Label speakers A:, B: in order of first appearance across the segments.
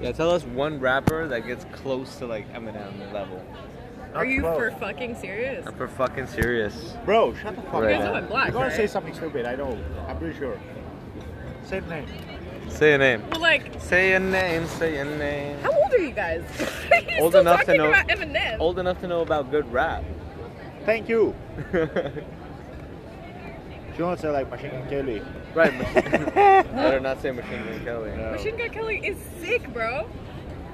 A: Yeah, tell us one rapper that gets close to like Eminem level.
B: Are you
C: close.
B: for fucking serious?
A: I'm for fucking serious.
C: Bro, shut the fuck
A: Right.
B: You
C: up.
B: guys know I'm black,
C: You're gonna
B: right?
C: say something stupid, I know. I'm pretty sure. Same name.
A: Say a name.
B: Well, like,
A: Say a name. Say a name.
B: how old are you guys? You're
A: Old
B: still
A: enough to
B: talking
A: know-
B: about Eminem.
A: Old enough to know about good rap.
C: Thank you.
A: right.
C: She won't say like Machine Gun Kelly.
A: Better not say Machine Gun Kelly.
C: No.
B: Machine Gun Kelly is sick, bro.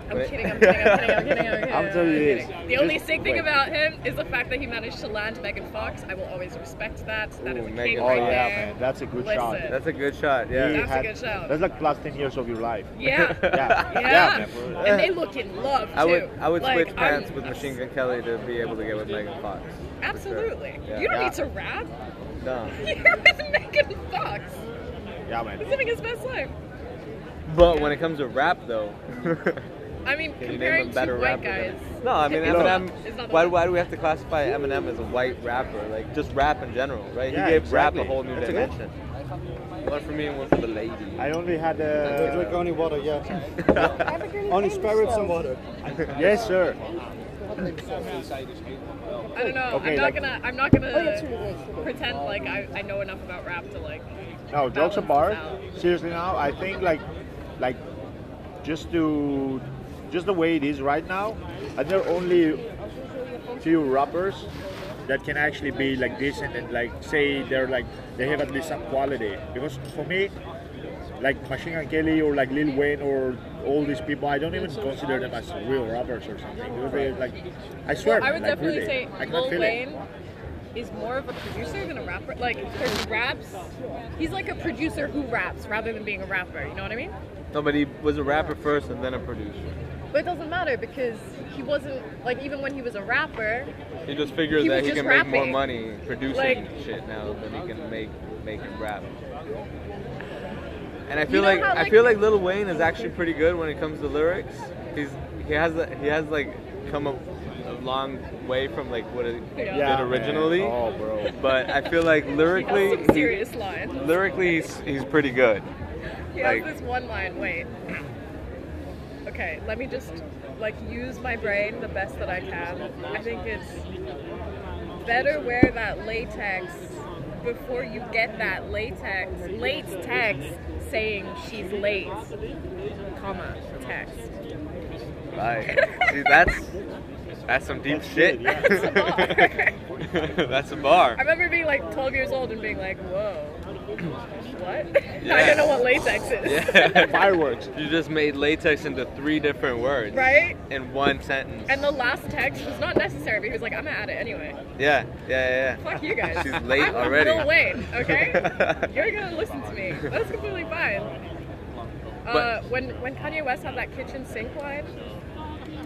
B: I'm
A: Wait.
B: kidding, I'm kidding, I'm kidding, I'm kidding, I'm kidding.
C: I'll tell you
B: I'm
C: this.
B: kidding. The only
C: Just
B: sick thing
C: wait.
B: about him is the fact that he managed to land Megan Fox. I will always respect that. That
A: Ooh,
B: is a king
A: Megan.
C: Oh
B: right
C: yeah,
B: there.
C: man, that's a good shot.
B: Listen.
A: That's a good shot. Yeah.
C: You
B: That's a good shot.
C: That's like plus ten years of your life.
B: Yeah.
C: Yeah,
B: Yeah.
C: man.
B: And they look in love too.
A: I would I would
B: Like,
A: switch pants
B: I'm-
A: with Machine Gun Kelly to be able to get with Megan Fox. for sure.
B: Absolutely.
A: Yeah.
B: You don't
C: Yeah.
B: need to rap.
A: No.
B: You're with Megan Fox.
C: Yeah,
B: He's
C: man.
B: living his best life.
A: But when it comes to rap though,
B: I mean,
A: can you name a
B: comparing two
A: better
B: white
A: rapper?
B: guys.
A: than- no, I mean
B: is not- is
A: Eminem.
B: not the
A: Why,
B: one.
A: why do we have to classify Eminem as a white rapper? Like just rap in general, right?
C: Yeah,
A: he gave rap
C: exactly.
A: a whole new
C: That's a good-
A: dimension. One for me and one for the lady.
C: I only had
D: Don't
C: uh,
D: drink only water, yeah. only spirits and water.
C: yes, sir.
B: I don't know.
C: Okay,
B: I'm not
C: like-
B: gonna. I'm not gonna
E: Oh, yeah, true, yeah, true.
B: pretend like I, I know enough about rap to like.
C: No, jokes
B: Balance
C: apart.
B: out.
C: Seriously, now I think like, like, just to, just the way it is right now, are there only few rappers that can actually be like decent and like say they're like they have at least some quality? Because for me, like Machine Gun Kelly or like Lil Wayne or all these people, I don't even consider them as real rappers or something. Because they like, I swear,
B: I would
C: like,
B: definitely
C: really,
B: say
C: I cannot
B: Lil
C: feel
B: Wayne
C: It.
B: is more of a producer than a rapper. Like there's raps. He's like a producer who raps rather than being a rapper. You know what I mean?
A: no, but he was a rapper first and then a producer.
B: But it doesn't matter because he wasn't like even when he was a rapper,
A: He just figured
B: He
A: that he
B: was just
A: can make more
B: rapping.
A: money producing
B: Like-
A: shit now than he can make making rap. And I feel
B: You know
A: like,
B: how,
A: I
B: like-
A: feel like Lil Wayne is actually pretty good when it comes to lyrics. He's he has the- he has like come a, a long way from like what it
B: Yeah.
C: Yeah,
A: did
C: man.
A: originally.
C: Oh, bro.
A: But I feel like
B: he has
A: lyrically
B: some
A: he,
B: serious lines.
A: lyrically he's, he's pretty good.
B: He
A: like-
B: has this one line. Wait. Okay, let me just like use my brain the best that I can. I think it's better wear that latex before you get that latex late text saying she's late, comma text.
A: Like, see, that's that's some deep
C: That's
A: shit.
C: good, yeah.
B: That's a bar.
A: that's a
B: I
A: bar.
B: remember being like 12 years old and being like, whoa, what? I
A: Yeah.
B: don't know what latex is.
A: Yeah.
C: Fireworks.
A: You just made latex into three different words.
B: Right?
A: In one sentence.
B: And the last text was not necessary, but he was like, I'm gonna add it anyway.
A: yeah, yeah, yeah, yeah.
B: Fuck you guys.
A: She's late
B: I'm
A: already.
B: Lil Wayne, okay? You're gonna listen to me. That's completely fine. Uh,
A: But-
B: when when Kanye West had that kitchen sink line,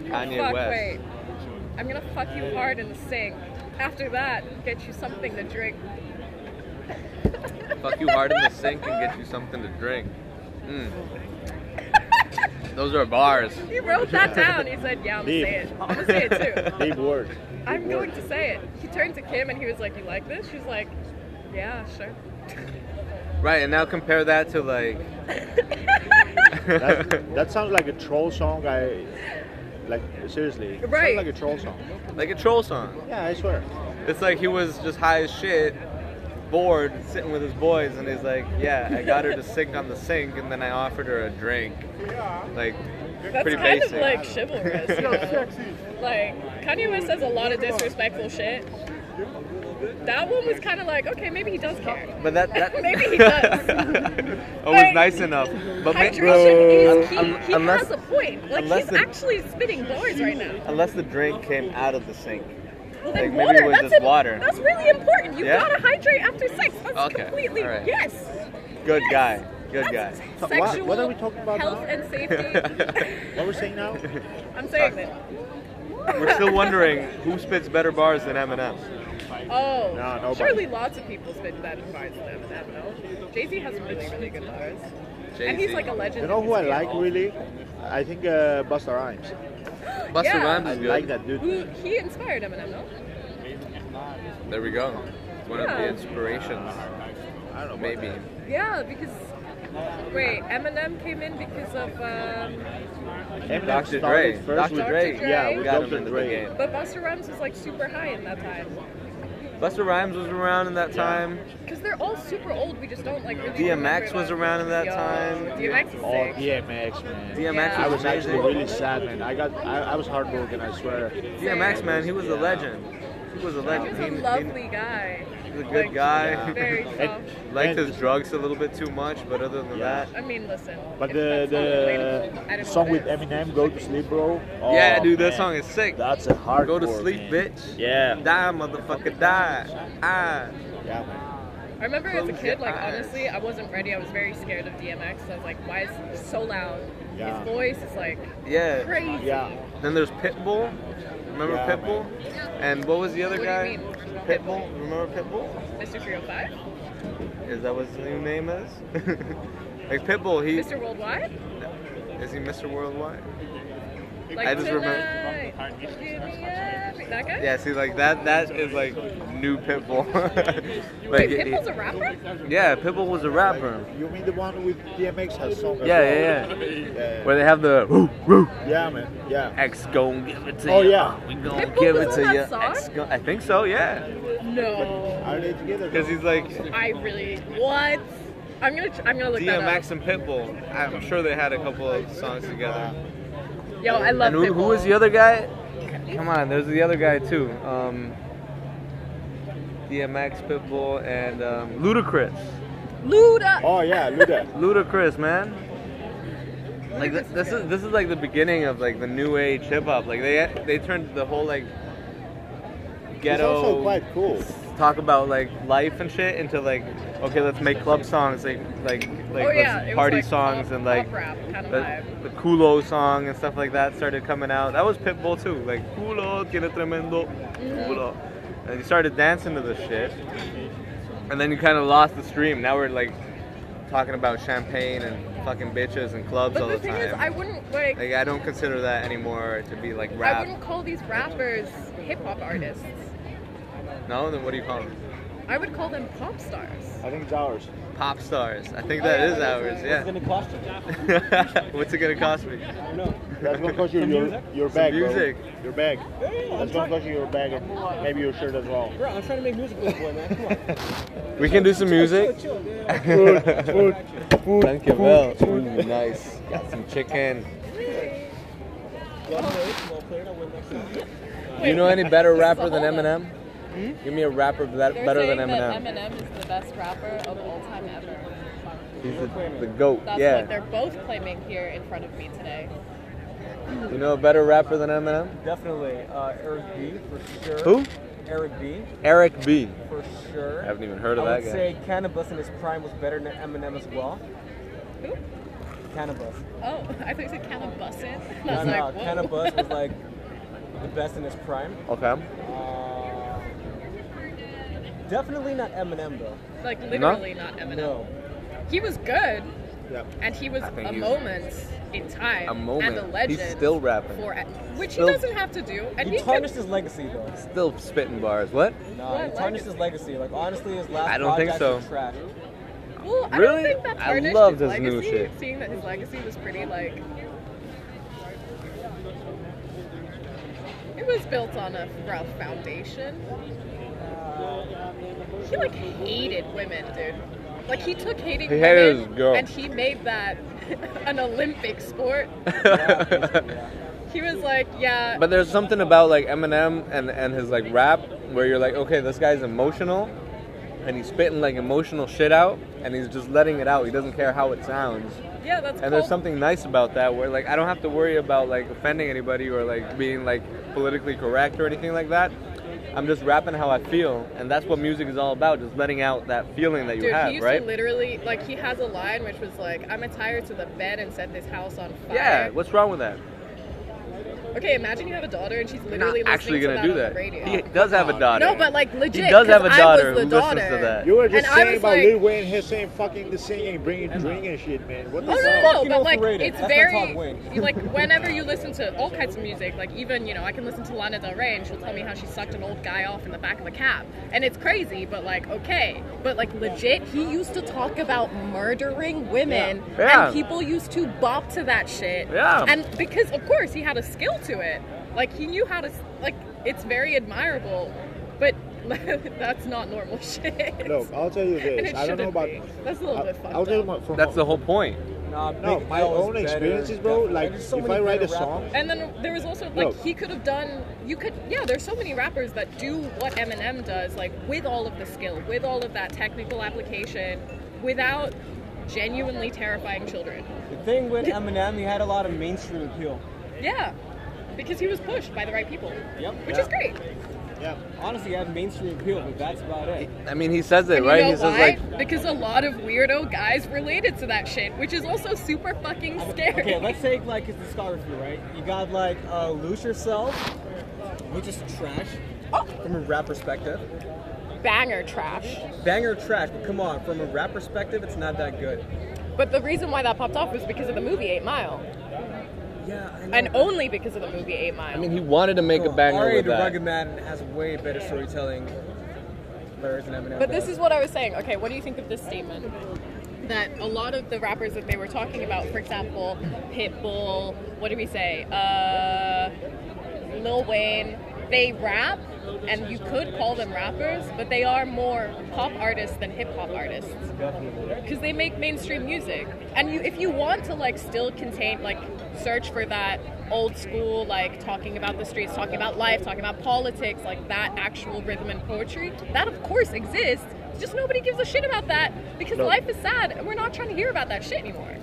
A: Kanye
B: fuck
A: West.
B: wait, I'm gonna fuck you hard in the sink. After that, get you something to drink.
A: Fuck you hard in the sink and get you something to drink. Mm. Those are bars.
B: He wrote that down. He said, "Yeah, I'm gonna say it. I'm gonna say it too.
C: Big word.
B: I'm going to say it." He turned to Kim and he was like, "You like this?" She's like, "Yeah, sure."
A: Right, and now compare that to like.
C: That, that sounds like a troll song. I like seriously. It
B: Right.
C: Sounds like a troll song.
A: like a troll song.
C: Yeah, I swear.
A: It's like he was just high as shit, bored, sitting with his boys, and he's like, "Yeah, I got her to sink on the sink, and then I offered her a drink." Like,
B: That's
A: pretty
B: kind
A: basic.
B: of like chivalrous. you know? like Kanye West says a lot of disrespectful shit. That one was kind of like, okay, maybe he does care.
A: But that, that
B: Maybe he does.
A: it was
B: Like,
A: nice enough. But ma-
B: Hydration
A: un-
B: is key.
A: un-
B: He
A: unless
B: has a point. Like
A: um, unless
B: he's
A: the-
B: actually spitting bars right now.
A: unless the drink came out of the sink.
B: Well, then
A: Like, maybe it
B: water,
A: was
B: that's
A: just
B: im-
A: water.
B: That's really important. You
A: Yeah.
B: gotta hydrate after sex. That's
A: Okay,
B: completely
A: all right.
B: yes.
A: Good
B: Yes.
A: guy. Good
B: That's
A: guy.
C: So what-
B: Sexual
C: what are we talking about
B: health
C: now?
B: and safety.
C: What we're saying now?
B: I'm saying that.
A: We're still wondering who spits better bars than Eminem.
B: Oh,
C: No, nobody.
B: surely lots of people spit better bars than Eminem. Jay Z has really, really good bars, and he's
A: Jay-Z.
B: like a legend.
C: You know
B: in
C: who I
B: his
C: like
B: field.
C: really? I think uh, Busta Rhymes.
A: Busta
B: Yeah.
A: Rhymes
C: I
A: is good.
C: like that dude.
B: Who he inspired Eminem? No?
A: There we go. It's one of
B: Yeah.
A: the inspirations.
C: I don't know. about
A: Maybe.
C: that.
B: Yeah, because Wait, Eminem came in because of, um,
C: Eminem
A: Dr.
C: started
A: Dre.
C: first
A: Dr.
C: with-
A: Dre.
B: Dre.
C: Yeah,
A: we
C: with
A: got
C: Dr.
A: him into
C: Dre.
A: the game.
B: but Buster Rhymes was like super high in that time.
A: Buster Rhymes was around in that time.
B: Because they're all super old, we just don't like really.
A: DMX
B: remember
A: was
B: them.
A: around in that
B: Yo,
A: time.
B: DMX is
C: Oh,
B: sick.
C: DMX, man.
A: DMX
B: Yeah.
C: I
A: was
C: was actually
A: amazing.
C: really sad, man. I got, I, I was heartbroken. I swear.
A: DMX, man, he was a legend. He was a
B: He
A: legend.
B: was a
A: He- he-
B: lovely guy.
A: He was a
B: Like,
A: good guy.
B: Very soft.
A: Liked his drugs a little bit too much, but other than
C: Yeah.
A: that,
B: I mean, listen.
C: But
B: if
C: the
B: that's not relatable, I
C: the
B: don't know
C: song
B: what
C: with
B: is.
C: Eminem, "Go to Sleep, Bro." Oh,
A: Yeah, dude, that
C: man.
A: song is sick.
C: That's a hard.
A: Go to sleep, bitch.
C: Yeah.
A: Die, motherfucker, die. Ah.
C: yeah, man.
B: I remember as a
A: Close
B: kid,
A: your
B: like
A: eyes.
B: honestly, I wasn't ready. I was very scared of DMX. I was like, why is he so loud?
C: Yeah.
B: His voice is like
A: Yeah.
B: crazy.
C: Yeah.
A: Then there's Pitbull. Remember
C: Yeah,
A: Pitbull? And what was the other
B: What do you
A: guy?
B: mean?
A: Pitbull. Remember Pitbull?
B: Mr. 305?
A: Is that what his new name is? like Pitbull, he
B: Mr. Worldwide?
A: is he Mr. Worldwide?
B: Like
A: I just remember-
B: tonight, give me every- That guy?
A: Yeah, see, like that that is like new Pitbull. like
B: Wait,
A: it-
B: Pitbull's a rapper?
A: yeah, Pitbull was a rapper.
C: You mean the one with DMX has song? as
A: Yeah,
C: well?
A: yeah, yeah.
C: yeah.
A: Where they have the woo woo.
C: Yeah, man. Yeah.
A: X gon' give it to
C: Oh,
A: you.
C: yeah.
A: We gon'
B: Pitbull
A: give
B: was
A: it
B: on
A: to
B: that
A: you.
B: song?
A: X gon- I think so, yeah.
B: No.
C: Are they together?
A: Because he's like
B: I really what? I'm gonna tr- I'm gonna look that
A: DMX and Pitbull. I'm sure they had a couple of songs together.
B: up. Yo, I love
A: and who,
B: Pitbull.
A: who was the other guy? Come on, there's the other guy too. Um, DMX, Pitbull, and um, Ludacris.
B: Luda.
C: Oh yeah, Luda.
A: Ludacris, man. Like th- this is this is like the beginning of like the new age hip hop. Like they they turned the whole like
C: It's
A: ghetto
C: also quite cool.
A: talk about like life and shit into like okay let's make club songs like like like
B: oh, yeah.
A: let's
B: it was,
A: party
B: like,
A: songs
B: pop-
A: and like
B: pop rap kind of
A: the,
B: vibe.
A: the Kulo song and stuff like that started coming out. That was Pitbull too. Like Kulo tiene tremendo Kulo, and you started dancing to this shit, and then you kind of lost the stream. Now we're like talking about champagne and fucking bitches and clubs
B: But
A: all
B: the
A: the,
B: thing
A: time.
B: is, I wouldn't like.
A: like I don't consider that anymore to be like
B: I
A: rap.
B: wouldn't call these rappers hip hop artists.
A: No, then what do you call them?
B: I would call them pop stars.
C: I think it's ours.
A: Pop stars. I think
B: Oh,
A: that
B: yeah,
A: is
B: that
A: ours.
B: is
A: Yeah.
F: gonna cost you?
A: What's it gonna cost me?
F: I don't know.
C: That's gonna cost you
F: Some
C: your,
F: music?
C: your bag, bro.
A: music.
C: Your bag. That's
F: I'm
C: gonna
F: trying,
C: cost you your bag and maybe your shirt as well.
F: bro, I'm trying to make music for this boy, man. Come on.
A: We can do some music.
F: Chill, chill, chill. Yeah.
A: Thank you, well. Nice. Got some chicken.
F: Well played, well played. I win next time.
A: Do you know any better rapper
B: hold
A: than
B: on.
A: Eminem? Give me a rapper that,
B: They're
A: better
B: saying
A: than Eminem.
B: that Eminem is the best rapper of all time ever.
A: He's the, the goat.
B: That's what
A: yeah.
B: they're both claiming here in front of me today.
A: You know a better rapper than Eminem?
F: Definitely, uh, Eric B for sure.
A: Who?
F: Eric B
A: Eric B.
F: for sure.
A: I haven't even heard of
F: I
A: that
F: would
A: guy.
F: say Cannabis in his prime was better than Eminem as well.
B: Who?
F: Cannabus.
B: Oh, I thought you said Cannabussin.
F: No,
B: I was
F: no,
B: like, whoa.
F: Cannabis was like the best in his prime.
A: Okay.
F: Uh, definitely not Eminem though.
B: like literally not Eminem.
F: No.
B: He was good,
C: Yeah.
B: and he was
A: I think
B: a
A: he's-
B: moment in time,
A: A moment.
B: and a legend.
A: He's still rapping.
B: for, e- which
A: Still-
B: he doesn't have to do, and
F: He
B: he
F: tarnished
B: could.
F: his legacy though.
A: Still spitting bars. What?
F: Nah,
B: What
F: he tarnished
B: legacy?
F: his legacy. Like honestly, his last
A: I don't think
F: projects
A: so.
F: were trash.
B: Well, I
A: Really?
B: don't think that
A: I
B: tarnished
A: loved
B: his
A: his new
B: legacy,
A: shit.
B: Seeing that his legacy was pretty like. It was built on a rough foundation. He like hated women, dude. Like he took hating
A: He hated
B: women
A: his girl.
B: and he made that an Olympic sport. He was like, yeah,
A: But there's something about like Eminem and, and his like rap where you're like, okay, this guy's emotional and he's spitting like emotional shit out and he's just letting it out. He doesn't care how it sounds.
B: yeah, that's
A: And there's
B: called-
A: something nice about that where like I don't have to worry about like offending anybody or like being like politically correct or anything like that. I'm just rapping how I feel and that's what music is all about, just letting out that feeling that you
B: Dude, he
A: have,
B: used
A: right?
B: to literally like he has a line which was like, "I'm a tire to the bed and set this house on fire."
A: yeah, what's wrong with that?
B: Okay, imagine you have a daughter and she's
A: You're
B: literally
A: not actually
B: listening
A: gonna do
B: to that
A: that.
B: on the radio.
A: He does have a daughter.
B: No, but like legit.
A: he does have a
B: 'cause I was
A: daughter
B: the
A: who listens to
B: daughter.
A: that.
C: You were just
B: And I
C: saying
B: was
C: about
B: like-
C: Lil Wayne, his same fucking the singing, bringing drink and shit, man. What the
B: Oh no,
C: fuck?
B: no, no,
F: fucking
B: but like
F: overrated.
B: it's
F: That's on top
B: very
F: wing.
B: you, like whenever you listen to all kinds of music, like even you know I can listen to Lana Del Rey and she'll tell me how she sucked an old guy off in the back of a cab, and it's crazy, but like okay, but like legit, he used to talk about murdering women,
A: Yeah.
B: and people used to bop to that shit,
A: Yeah.
B: and because of course he had a skill to it, like he knew how to s- like it's very admirable, but that's not normal shit.
C: Look, I'll tell you
B: And
C: this.
B: it
C: I don't
B: shouldn't
C: know about.
B: be. That's a little
C: I-
B: bit fucked
C: I'll tell you
B: up.
C: what, from
A: That's the whole point.
F: Nah,
C: No,
F: Big
C: my
F: L is
C: own
F: better.
C: experiences, bro,
F: Definitely.
C: like,
F: There's so
C: if
F: many
C: I write a
F: better
C: song-
F: rappers.
B: And then there was also like
C: Look.
B: he could have done you could yeah there's so many rappers that do what Eminem does like with all of the skill with all of that technical application without genuinely terrifying children
F: The thing with Eminem, he had a lot of mainstream appeal.
B: yeah because he was pushed by the right people
F: Yep.
B: which
C: Yeah.
B: is great
C: Yeah.
F: Honestly, he had mainstream appeal, but that's about it.
A: I mean, he says it
B: and
A: right.
B: you know
A: he says
B: why
A: like,
B: because a lot of weirdo guys related to that shit which is also super fucking scary
F: Okay, let's take like his discography, right? You got like uh, Lose Yourself, which is trash
B: Oh.
F: from a rap perspective.
B: banger trash
F: Banger trash, but come on, from a rap perspective, it's not that good.
B: but the reason why that popped off was because of the movie 8 Mile
F: Yeah, I know.
B: and only because of the movie 8 Mile
A: I mean, he wanted to make a
F: Come on,
A: banger
F: R.A.
A: with
F: the Rugged
A: that.
F: Man has way better storytelling lyrics than Eminem.
B: But this
F: does.
B: is what I was saying. Okay, what do you think of this statement? That a lot of the rappers that they were talking about, for example, Pitbull, what did we say? Uh, Lil Wayne, they rap, and you could call them rappers, but they are more pop artists than hip hop artists because they make mainstream music. And you, if you want to like still contain, like search for that old school, like talking about the streets, talking about life, talking about politics, like that actual rhythm and poetry, that of course exists. It's Just nobody gives a shit about that because
C: No.
B: life is sad, and we're not trying to hear about that shit anymore.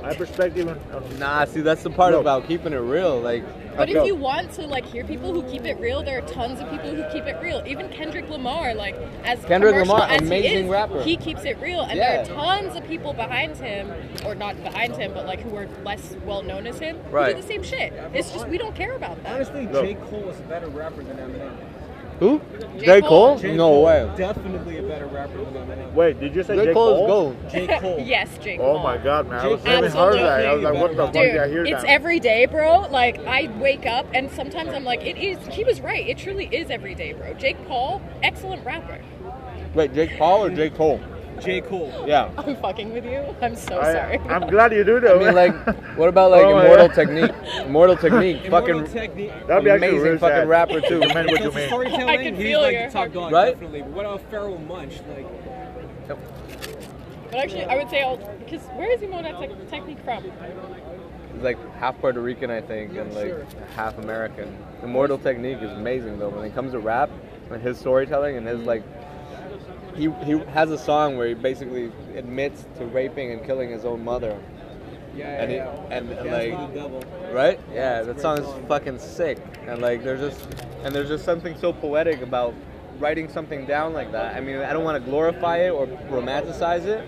C: My perspective on, on
A: Nah, see, that's the part
C: No.
A: about keeping it real. Like,
B: But
C: No.
B: if you want to like hear people who keep it real, there are tons of people who keep it real. Even Kendrick Lamar, like as
A: Kendrick
B: commercial
A: Lamar,
B: as he
A: amazing
B: is,
A: rapper.
B: he keeps it real, and
A: Yeah.
B: there are tons of people behind him, or not behind him, but like who are less well known as him,
A: Right.
B: who do the same shit. It's just we don't care about that.
F: honestly,
C: Look.
F: J. Cole is a better rapper than Eminem.
A: uh, who?
B: J.
A: J.
B: Cole?
A: Cole?
F: J.
A: No
F: Cole,
A: way.
F: Definitely a better rapper than Eminem.
C: Wait, did you say
A: J.
C: J.
A: Cole is gold.
F: J. Cole.
B: yes, Jake.
C: Oh my god, man! I
F: J.
C: was having heard that. I was like, what the fuck?
B: Dude,
C: did I hear
B: it's
C: that.
B: every day, bro. Like I wake up and sometimes I'm like, it is. He was right. It truly is every day, bro. Jake Paul, excellent rapper.
A: Wait, Jake Paul or J. Cole?
F: J. Cole.
A: Yeah.
B: I'm fucking with you. I'm so
C: I,
B: sorry.
C: am glad you do that.
A: I mean, like, what about like
C: Oh, yeah.
A: Immortal Technique? Immortal Technique,
F: Immortal
A: fucking
F: Technique.
C: that'd be actually
A: amazing
C: real
A: fucking
C: sad.
A: rapper too.
C: You meant what you
F: That's
C: mean.
F: storytelling.
B: I can
F: He's
B: feel
F: like
B: your
F: the top dog,
A: Right?
F: definitely. But what about Pharaoh Munch? Like,
B: But actually, I would say I'll because where is Imona Tec- Technique from?
A: He's like half Puerto Rican, I think, and
F: Yeah,
A: like
F: sure.
A: half American. Immortal Technique is amazing though. When it comes to rap and his storytelling and his like, he he has a song where he basically admits to raping and killing his own mother.
F: yeah,
A: And he-
F: yeah, yeah.
A: and,
F: That's
A: like-
F: Bob Devil.
A: Right? Yeah,
F: That's
A: that
F: a
A: song
F: great
A: is
F: song.
A: fucking sick. And like there's just and there's just something so poetic about writing something down like that. I mean, I don't want to glorify it or romanticize it,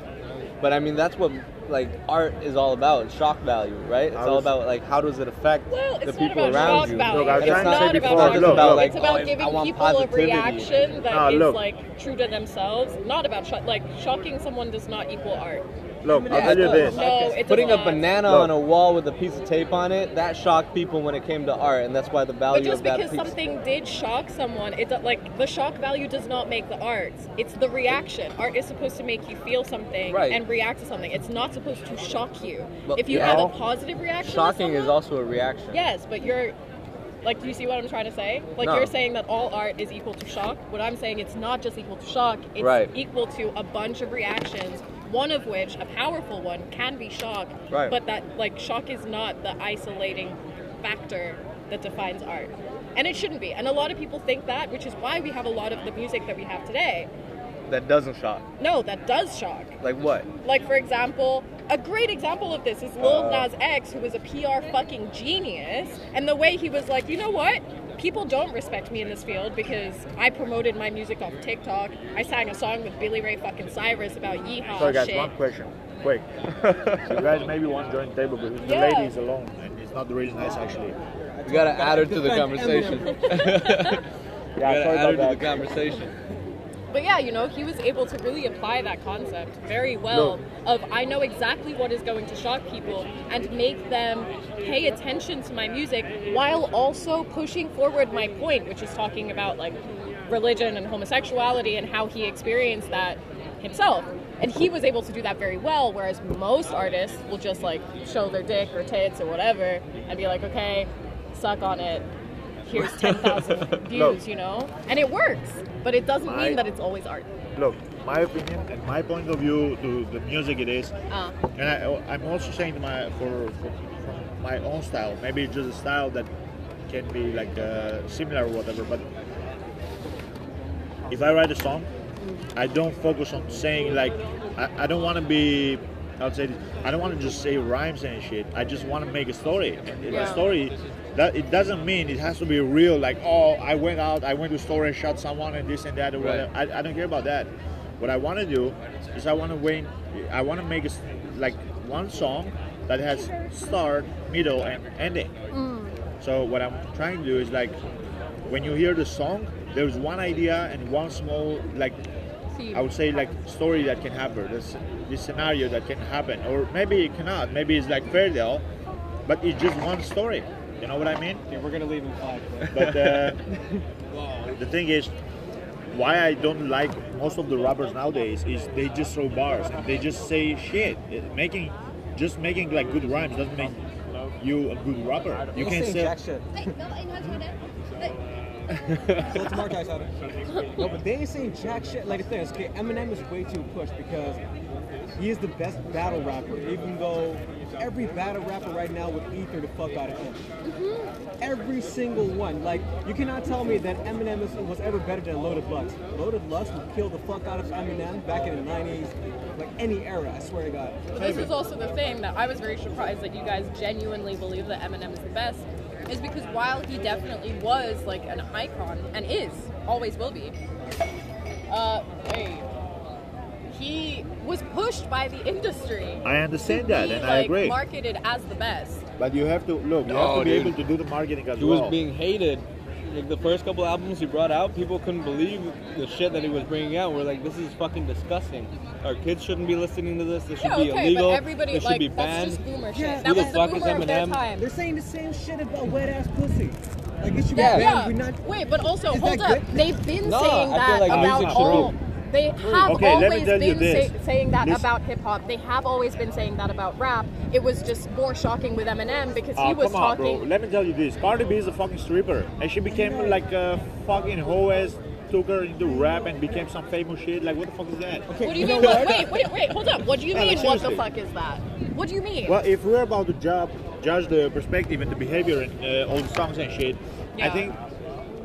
A: but I mean that's what like art is all about. It's shock value, right? It's
C: I
A: all
C: was-
A: about like how does it affect
B: Well,
A: the
B: it's not
A: people
B: about
A: around
B: shock
A: you.
B: value.
C: Look, I was
B: it's
A: it's
C: trying to
B: not
C: say
A: not, it's
B: about
C: before-
A: not
B: shock
A: just
C: look,
A: about
B: value.
C: look.
A: like
B: it's about
A: oh, I,
B: giving
A: I want
B: people
A: positivity.
B: a reaction that
C: Ah,
B: is
C: look.
B: like true to themselves. Not about shock. Like shocking someone does not equal art.
C: Look, I'll
A: Yeah,
C: tell you
A: look.
C: this.
B: No, it
A: Putting a
B: does not.
A: banana
C: Look.
A: on a wall with a piece of tape on it, that shocked people when it came to art, and that's why the
B: But
A: value
B: just
A: of that
B: because
A: piece.
B: something did shock someone, it do- like the shock value does not make the art. It's the reaction. Art is supposed to make you feel something
A: Right.
B: and react to something. It's not supposed to shock you.
A: But-
B: if you
A: Yeah.
B: have a positive reaction, to
A: Shocking is
B: someone-
A: also a reaction.
B: Yes, but you're like, do you see what I'm trying to say? Like,
A: No.
B: you're saying that all art is equal to shock. What I'm saying, it's not just equal to shock. It's
A: Right.
B: equal to a bunch of reactions. One of which, a powerful one, can be shock.
A: Right.
B: But that, like, shock is not the isolating factor that defines art, and it shouldn't be. And a lot of people think that, which is why we have a lot of the music that we have today.
A: That doesn't shock.
B: No, that does shock.
A: Like what?
B: Like, for example, a great example of this is
C: Uh.
B: Lil Nas X, who was a PR fucking genius, and the way he was like, you know what? People don't respect me in this field because I promoted my music off TikTok. I sang a song with Billy Ray fucking Cyrus about yeehaw
C: Sorry, guys,
B: shit.
C: one question. Quick. you guys maybe want to join the table because the
B: Yeah.
C: lady is alone and it's not really nice actually.
F: I
G: We gotta
F: told you,
G: add her to the
F: defend
G: conversation.
F: Eminem.
G: We
C: Yeah,
G: gotta
C: sorry
G: add her
C: about
G: to
C: that.
G: the conversation.
B: But yeah, you know, he was able to really apply that concept very well of I know exactly what is going to shock people and make them pay attention to my music while also pushing forward my point, which is talking about like religion and homosexuality and how he experienced that himself. And he was able to do that very well, whereas most artists will just like show their dick or tits or whatever and be like, okay, suck on it. Here's 10,000 views, you know? And it works, but it doesn't
C: My-
B: mean that it's always art.
C: Look, my opinion and my point of view to the music it is,
B: Uh,
C: and I, I'm also saying to my for, for, for my own style. Maybe it's just a style that can be like uh, similar or whatever. But if I write a song, I don't focus on saying like I, I don't want to be. I'll say this, I don't want to just say rhymes and shit. I just want to make a story. And if
B: Yeah.
C: a story that it doesn't mean it has to be real. Like oh, I went out, I went to store and shot someone and this and that or
G: Right.
C: whatever. I, I don't care about that. What I want to do is I want to win. I want to make a, s- like one song that has start, middle, and ending. So what I'm trying to do is like when you hear the song, there's one idea and one small like
B: see,
C: I would say like story that can happen, this this scenario that can happen, or maybe it cannot. Maybe it's like Fairdale, but it's just one story. You know what I mean?
F: Okay, we're gonna leave him five.
C: But uh, the thing is, why I don't like most of the rappers nowadays is they just throw bars and they just say shit. It- Making just making like good rhymes doesn't make you a good rapper. You
F: He's
C: can
F: saying
C: say
F: jack shit. So it's Mark Ice No, but they ain't saying jack shit. Like the thing is, okay, Eminem is way too pushed because he is the best battle rapper. Even though every battle rapper right now would ether the fuck out of him. Every single one. Like you cannot tell me that Eminem is, was ever better than Loaded Lux. Loaded Lux would kill the fuck out of Eminem back in the '90s, like any era. I swear to God.
B: But this is also the thing that I was very surprised that you guys genuinely believe that Eminem is the best, is because while he definitely was like an icon and is, always will be, uh, hey, he was pushed by the industry.
C: I understand
B: to
C: that,
B: be,
C: and I
B: like,
C: agree.
B: Marketed as the best.
C: But you have to look. You have
G: No,
C: to be
G: dude.
C: able to do the marketing as
G: He
C: well.
G: was being hated. Like the first couple albums he brought out, people couldn't believe the shit that he was bringing out. We're like, this is fucking disgusting. Our kids shouldn't be listening to this. This should
B: yeah,
G: be
B: okay,
G: illegal.
B: but everybody
G: this should
B: like
G: be
B: that's
G: banned.
B: just boomer shit.
F: Yeah.
B: That
F: Who the
B: was
G: fuck
B: the
G: is
B: boomer of their
G: Eminem?
B: time.
F: They're saying the same shit about wet ass pussy. Like it should
G: Yeah.
F: be
B: Yeah.
F: banned. We're not.
B: Wait, but also
F: Is that
B: hold up.
F: good?
B: They've been
G: No,
B: saying
G: I feel
B: that
G: like
B: about
G: music should
B: all.
G: be
B: They have
C: Okay, let me
B: always
C: tell you
B: been say,
C: this.
B: saying that
C: This-
B: about hip hop. They have always been saying that about rap. It was just more shocking with Eminem because he
C: Ah,
B: was
C: come on,
B: talking.
C: bro. Let me tell you this. Cardi B is a fucking stripper, and she became like a fucking hoe ass. Took her into rap and became some famous shit. Like, what the fuck is that?
B: What do you,
F: You
B: mean?
F: know
B: What?
F: what?
B: Wait, wait, wait. Hold up. What do you
C: Yeah,
B: mean?
C: like,
B: What the
C: seriously.
B: fuck is that? What do you mean?
C: Well, if we're about to judge, judge the perspective and the behavior and uh, all the songs and shit, I
B: Yeah.
C: think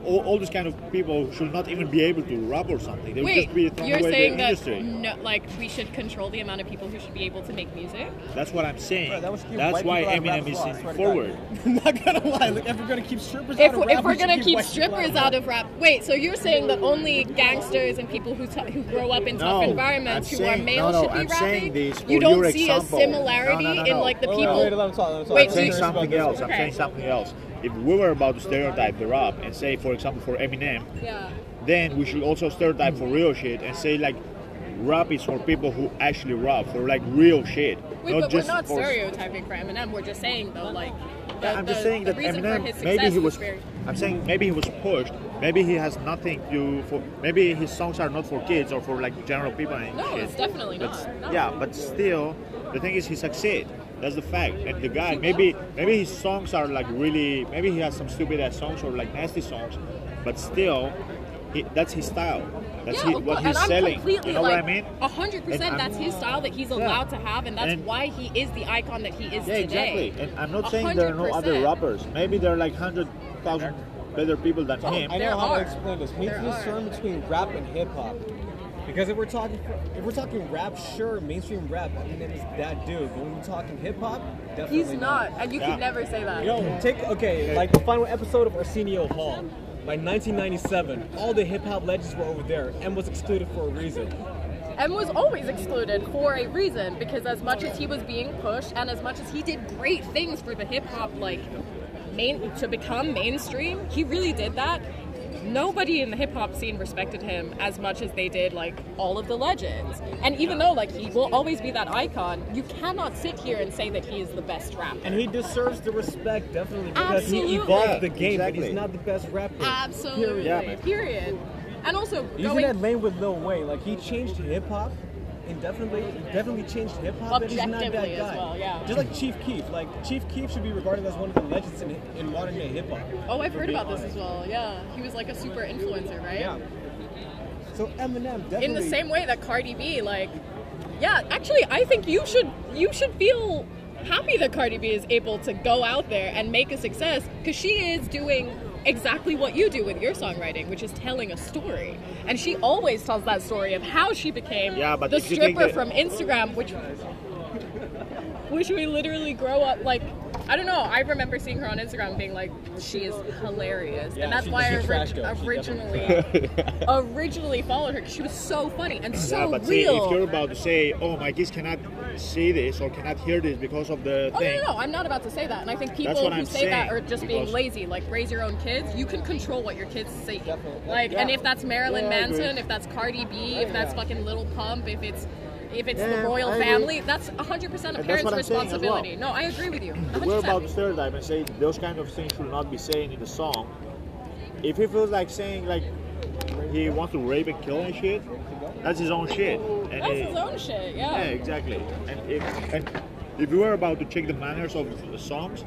C: all, all these kind of people should not even be able to rap or something. They would
B: Wait,
C: just be thrown
B: you're
C: away
B: saying
C: the
B: that
C: industry.
B: no, like we should control the amount of people who should be able to make music?
C: That's what I'm saying.
F: Bro, that was cute.
C: That's
F: White
C: why
F: people out of rap
C: Eminem
F: as well, I
C: is
F: swear to
C: forward.
F: God. I'm not gonna lie. Look, if we're gonna keep strippers
B: if,
F: out of
B: we're-
F: rap,
B: if we're
F: we should
B: gonna keep
F: white people
B: strippers out of rap, wait. So you're saying that only gangsters and people who t- who grow up in tough
C: No,
B: environments
C: I'm
B: who are
C: saying-
B: male
C: no, no,
B: should be
C: I'm saying
B: rapping?
C: this for
B: you don't
C: your
B: see
C: example.
B: a similarity
C: No, no, no,
B: in
C: no.
B: like the
F: Wait,
B: people.
F: wait, wait, let him talk, let him talk.
B: Wait,
C: I'm
B: so
C: saying
B: you-
C: something else. I'm
B: Okay.
C: saying something else. If we were about to stereotype the rap and say, for example, for Eminem,
B: Yeah.
C: then we should also stereotype for real shit and say like rap is for people who actually rap for like real shit
B: Wait, but
C: not
B: we're
C: just
B: not
C: for
B: stereotyping for Eminem. We're just saying though, like. The,
C: i'm just
B: the-
C: saying
B: the
C: that
B: reason for his
C: eminem
B: success
C: maybe he was
B: very.
C: i'm saying maybe he was pushed maybe he has nothing to for maybe his songs are not for kids or for like general people and
B: No,
C: shit.
B: it's definitely
C: but,
B: not. No.
C: yeah but still the thing is he succeed that's the fact and the guy maybe maybe his songs are like really maybe he has some stupid ass songs or like nasty songs but still he, that's his style that's
B: yeah,
C: he-
B: of
C: what
B: course,
C: he's
B: and I'm
C: selling
B: completely
C: you know
B: like
C: what i mean
B: hundred
C: And
B: percent.
C: I'm-
B: That's his style that he's allowed to have, and that's
C: And-
B: why he is the icon that he is
C: Yeah,
B: today.
C: exactly. And I'm not saying there are no other
B: 100%.
C: rappers. Maybe there are like hundred thousand better people than him.
F: I
B: There
F: know how
B: are.
F: to explain this. We need
B: There
F: to
B: are.
F: discern between rap and hip hop. Because if we're talking if we're talking rap, sure, mainstream rap, Eminem is that dude. But when we're talking hip hop, definitely
B: He's not, and you
C: Yeah.
B: can never say that.
F: You know, take okay, like the final episode of Arsenio Hall. By 1997, all the hip hop legends were over there and was excluded for a reason.
B: M was always excluded for a reason because as much as he was being pushed and as much as he did great things for the hip hop like main to become mainstream, he really did that. Nobody in the hip hop scene respected him as much as they did like all of the legends. And even though like he will always be that icon, you cannot sit here and say that he is the best rapper.
F: And he deserves the respect, definitely, because
B: Absolutely.
F: he evolved the
C: Yeah,
F: game, but
C: exactly.
F: he's not the best rapper.
B: Absolutely.
C: Yeah,
B: Period.
C: man.
B: And also
F: He's in
B: going
F: that lane with Lil Wayne. Like he changed hip hop, and definitely, definitely changed hip hop. But he's not that guy.
B: Objectively as well, yeah.
F: Just like Chief Keef. Like Chief Keef should be regarded as one of the legends in, in modern day hip hop.
B: Oh, I've heard about this as well. Yeah, he was like a super influencer, right?
F: Yeah. So Eminem definitely.
B: In the same way that Cardi B, like, yeah, actually, I think you should you should feel happy that Cardi B is able to go out there and make a success because she is doing exactly what you do with your songwriting, which is telling a story. And she always tells that story of how she became
C: Yeah, but
B: the
C: if you take
B: stripper
C: the-
B: from Instagram, which which we literally grow up like. I don't know. I remember seeing her on Instagram being like, she is hilarious.
F: Yeah,
B: and that's
F: she-
B: why I
F: she's trash girl.
B: orig-
F: She
B: originally originally followed her because she was so funny and so
C: yeah, but see,
B: real.
C: if you're about to say, "Oh, my kids cannot see this or cannot hear this because of the
B: Oh no,
C: thing,"
B: no, no! I'm not about to say that, and I think people
C: That's
B: who
C: what I'm
B: say that
C: saying,
B: are just being
C: because-
B: lazy. Like raise your own kids. You can control what your kids see.
F: Definitely.
B: Like, and if that's Marilyn
C: Yeah, I agree.
B: Manson, if that's Cardi B, if that's
F: yeah.
B: fucking Little Pump, if it's if it's
C: Yeah,
B: the royal
C: I agree.
B: family, that's 100 percent a
C: And that's
B: parent's
C: what I'm saying as well.
B: responsibility. No, I agree with you. 100%.
C: we're about to stereotype and say those kind of things should not be saying in the song. If he feels like saying like he wants to rape and kill and shit, that's his own shit. And
B: that's
C: he-
B: his own shit.
C: Yeah,
B: Yeah.
C: exactly. And if and if you were about to check the manners of the songs,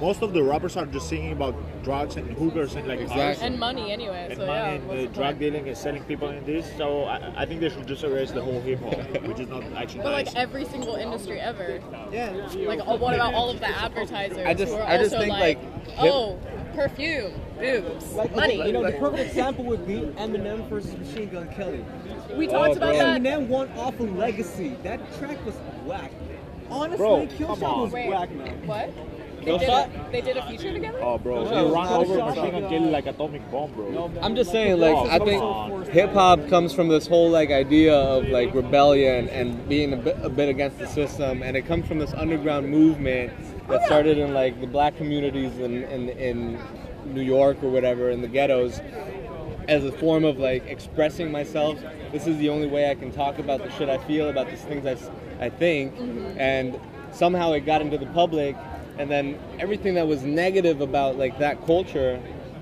C: most of the rappers are just singing about drugs and hookers and like cars
B: And money anyway.
C: and
B: so yeah.
C: money and
B: what's
C: the
B: the
C: drug
B: point?
C: dealing and selling people in this. So I, I think they should just erase the whole hip hop, which is not actually
B: But
C: nice.
B: like every single industry ever.
F: Yeah.
B: Like, oh, what about all of the advertisers?
G: I just-
B: who are
G: I just
B: also
G: think,
B: like,
G: like, hip-
B: oh, perfume, boobs,
F: Like,
B: money.
F: okay, you know, the perfect example would be Eminem versus Machine Gun Kelly.
B: we
F: oh,
B: talked about that.
F: Eminem won off of Legacy. That track was whack. Honestly,
C: Bro,
F: Killshot
C: come on.
F: was
B: Wait,
F: whack, man.
B: what? They
A: Go
B: did,
A: shot?
B: a, they did a feature together.
C: oh, bro,
F: No,
C: he ran
F: no,
C: over
F: no,
C: Machine Gun
F: no.
C: Kelly like atomic bomb, bro.
A: I'm just saying, like, I
C: on.
A: think hip hop comes from this whole like idea of like rebellion and being a bit, a bit against the system, and it comes from this underground movement that started in like the black communities in in, in New York or whatever in the ghettos as a form of like expressing myself. This is the only way I can talk about the shit I feel, about these things I, s- I think, and somehow it got into the public, and then everything that was negative about like that culture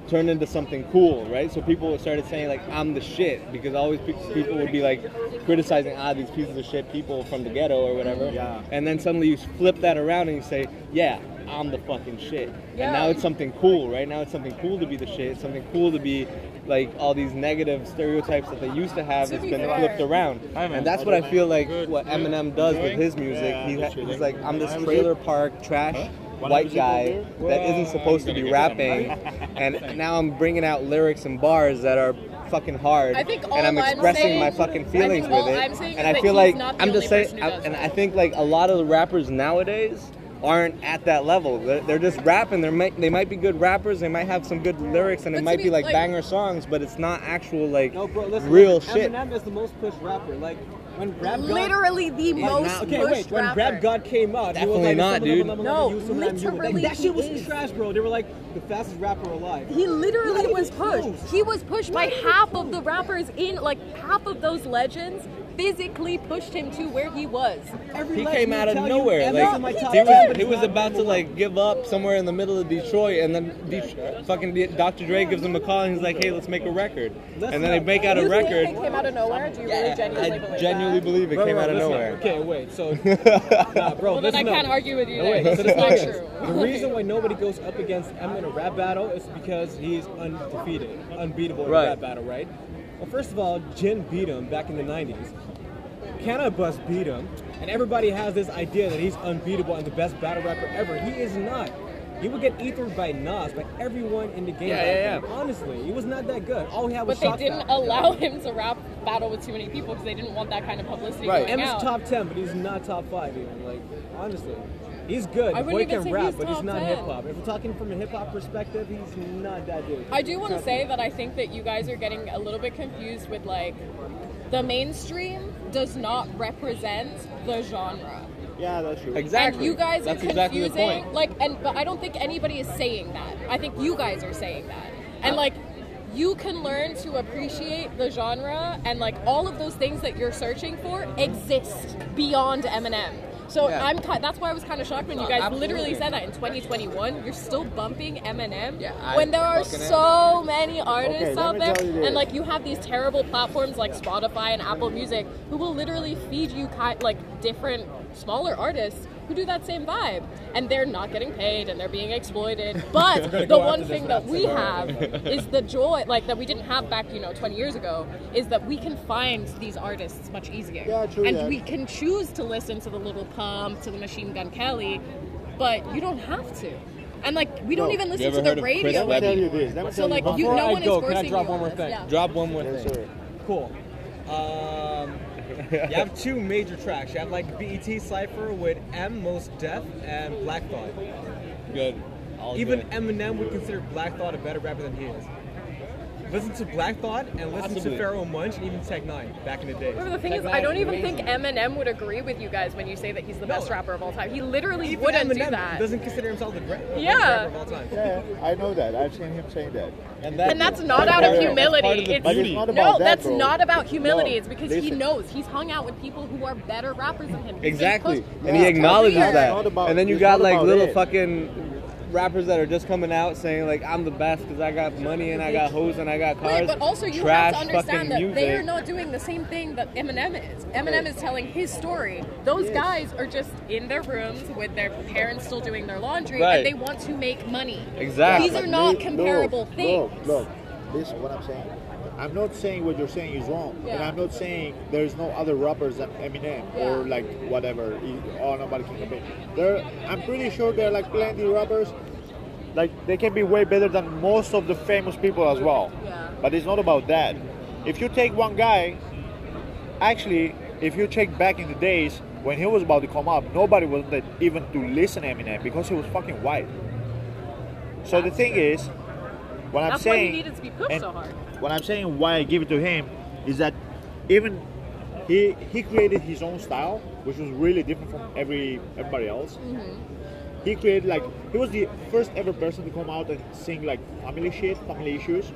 A: turned into something cool, right? So people started saying like I'm the shit because always pe- people would be like criticizing ah these pieces of shit people from the ghetto or whatever,
C: Yeah.
A: and then suddenly you flip that around and you say yeah. I'm the fucking shit.
B: Yeah.
A: And now it's something cool, right? Now it's something cool to be the shit. It's something cool to be like all these negative stereotypes that they used to have.
B: To
A: It's
B: be
A: been
B: fair.
A: flipped around, and that's what I feel like what Eminem does with his music.
C: Yeah,
A: He ha-
C: that's true.
A: he's like, I'm this
C: Why was
A: trailer
C: it-
A: park trash
C: Why
A: white
C: was it over
A: guy
C: there?
A: that isn't supposed to be rapping, and now I'm bringing out lyrics and bars that are fucking hard,
B: I think all
A: and I'm
B: I'm
A: expressing
B: saying-
A: my fucking
B: I
A: feelings
B: think all
A: with it.
B: I'm saying
A: and
B: is
A: I
B: that
A: feel
B: he's
A: like
B: not the
A: I'm
B: only
A: just saying,
B: person who
A: I-
B: does
A: and
B: that.
A: I think like a lot of the rappers nowadays aren't at that level. They're, they're just rapping. They might they might be good rappers. They might have some good lyrics, and
B: But
A: it
B: to
A: might
B: me,
A: be like,
B: like-
A: banger songs, but it's not actual like
F: No, bro, listen.
A: real
F: listen,
A: shit.
F: Eminem is the most pushed rapper. Like, when Rap God...
B: Literally the
A: now-
B: most
F: Okay,
B: pushed
F: wait. When
B: rapper.
F: Rap God came out,
A: Definitely
F: he was like,
A: not,
F: "Subliminal,
A: dude.
F: subliminal,
B: No,
F: you, subliminal, you." Like,
B: literally
F: that shit was
B: he is.
F: trash, bro. They were like the fastest rapper alive.
B: He literally
F: Not
B: was
F: even
B: pushed.
F: close.
B: He was pushed by
F: Not even
B: half of
F: close.
B: the rappers in like half of those legends physically pushed him to where he was.
F: Every
A: He
F: legend
A: came
F: will
A: out of
F: tell you,
A: nowhere.
F: Eminem's in my
A: Like
F: top
A: he
F: ten,
A: was,
F: but
A: he
F: he's
A: was
F: not
A: about to
F: number one.
A: like give up somewhere in the middle of Detroit, and then Det- fucking D- Dr. Dre gives him a call, and he's like, "Hey, let's make a record." And then they make out a
B: You think
A: record.
B: It came out of nowhere. Do you really genuinely believe
A: I
B: that?
A: genuinely believe it
F: Bro,
A: came
F: bro,
A: out of
F: listen.
A: nowhere.
F: Okay, wait. So, nah, bro,
B: Well, then I
F: listen
B: can't
F: up.
B: argue with you.
F: No,
B: there.
F: wait, so
B: it's
F: the
B: not
F: thing is,
B: true.
F: The reason why nobody goes up against M in a rap battle is because he is undefeated, unbeatable in
A: Right.
F: a rap battle, right? Well, first of all, Jin beat him back in the 90s. Cannabis beat him, and everybody has this idea that he's unbeatable and the best battle rapper ever. He is not. He would get ethered by Nas, by everyone in the game.
A: Yeah,
F: back
A: yeah, yeah.
F: then. Honestly, he was not that good. All he had was
B: But they
F: shots
B: didn't
F: back.
B: allow him to rap battle with too many people because they didn't want that kind of publicity
A: Right.
B: going
F: M's
B: out.
F: top ten, but he's not top five even. Like honestly, he's good.
B: I
F: The
B: wouldn't
F: boy
B: even
F: can
B: say
F: rap,
B: he's
F: but he's
B: top
F: not
B: 10.
F: hip hop. If we're talking from a hip hop perspective, he's not that dude.
B: I do want to say that I think that you guys are getting a little bit confused with like the mainstream does not represent the genre.
C: Yeah, that's true.
A: Exactly.
B: And you guys
A: That's
B: are
A: exactly
B: confusing.
A: the point.
B: Like, and but I don't think anybody is saying that. I think you guys are saying that.
A: Uh,
B: And like, you can learn to appreciate the genre, and like all of those things that you're searching for exist beyond Eminem. So
A: Yeah.
B: I'm. ki- That's why I was kind of shocked when you
A: No,
B: guys
A: absolutely.
B: literally said that in 2021. You're still bumping Eminem
A: Yeah, I
B: when there are
A: fucking am.
B: so many artists
C: Okay, let
B: out
C: me
B: there,
C: tell you this.
B: and like you have these terrible platforms like Spotify and Apple Music who will literally feed you ki- like different smaller artists who do that same vibe and they're not getting paid and they're being exploited but the
F: go
B: one
F: after this
B: thing that
F: rap
B: we have is the joy like that we didn't have back you know 20 years ago is that we can find these artists much easier
C: Yeah, true
B: and
C: that.
B: we can choose to listen to the little pump to the machine gun kelly but you don't have to and like we don't
C: No.
B: even
A: You
B: listen
A: ever
B: to the
A: heard of Chris
B: radio
C: Let me tell
A: Webby.
C: you this. Let me
B: so
C: tell
B: like
C: you.
B: you,
F: Before
B: no
F: I
B: one
F: go,
B: is
F: can I
B: forcing
F: drop
B: you
F: one
B: on
F: more
B: this.
F: thing?
B: Yeah.
A: Drop one more
C: Yeah,
A: thing.
C: sure.
F: Cool. Um, you have two major tracks. You have like BET Cipher with M, Most Death, and Black Thought.
A: Good. All
F: Even
A: good.
F: Eminem would consider Black Thought a better rapper than he is. Listen to Black Thought and listen
A: Possibly.
F: to Pharoah Munch and even Tech Nine back in the day.
B: Remember, the thing is, I don't even think Eminem would agree with you guys when you say that he's the
F: No.
B: best rapper of all time. He literally
F: Even
B: wouldn't
F: Eminem
B: do that.
F: doesn't consider himself the great the
B: Yeah.
F: best rapper of all time.
C: Yeah, I know that. I've seen him saying that.
A: and,
B: and that's not out of
C: That's
B: humility.
A: part of the
B: It's,
C: But it's not about
B: no,
C: that,
B: that's
C: bro.
B: not about humility.
C: No,
B: It's because he
C: listen.
B: knows he's hung out with people who are better rappers than him. He's been
A: Exactly.
B: pushed
A: And
B: his
A: he acknowledges
B: career.
A: that.
C: It's not about-
A: and then you
C: it's
A: got
C: not
A: like
C: about
A: little
C: it.
A: fucking rappers that are just coming out saying like I'm the best because I got money and I got hoes and I got cars.
B: Wait, but also you
A: Trash
B: have to
A: fucking
B: understand that they are
A: music.
B: not doing the same thing that Eminem is. Eminem is telling his story. Those guys are just in their rooms with their parents still doing their laundry,
A: Right.
B: and they want to make money.
A: Exactly.
B: These are
C: But
B: not
C: look,
B: comparable
C: look,
B: things.
C: Look, look, this is what I'm saying. I'm not saying what you're saying is wrong, and
B: Yeah.
C: I'm not saying there's no other rappers than Eminem or
B: Yeah.
C: like whatever. i- Or nobody can compare. There, I'm pretty sure there are like plenty rappers. Like they can be way better than most of the famous people as well.
B: Yeah.
C: But it's not about that. If you take one guy, actually, if you check back in the days when he was about to come up, nobody wanted even to listen to Eminem because he was fucking white. So the thing is, what I'm
B: That's why he
C: saying,
B: needed to be pushed
C: and
B: so hard.
C: What I'm saying, why I give it to him, is that even he he created his own style, which was really different from every everybody else.
B: Mm-hmm.
C: He created like he was the first ever person to come out and sing like family shit, family issues,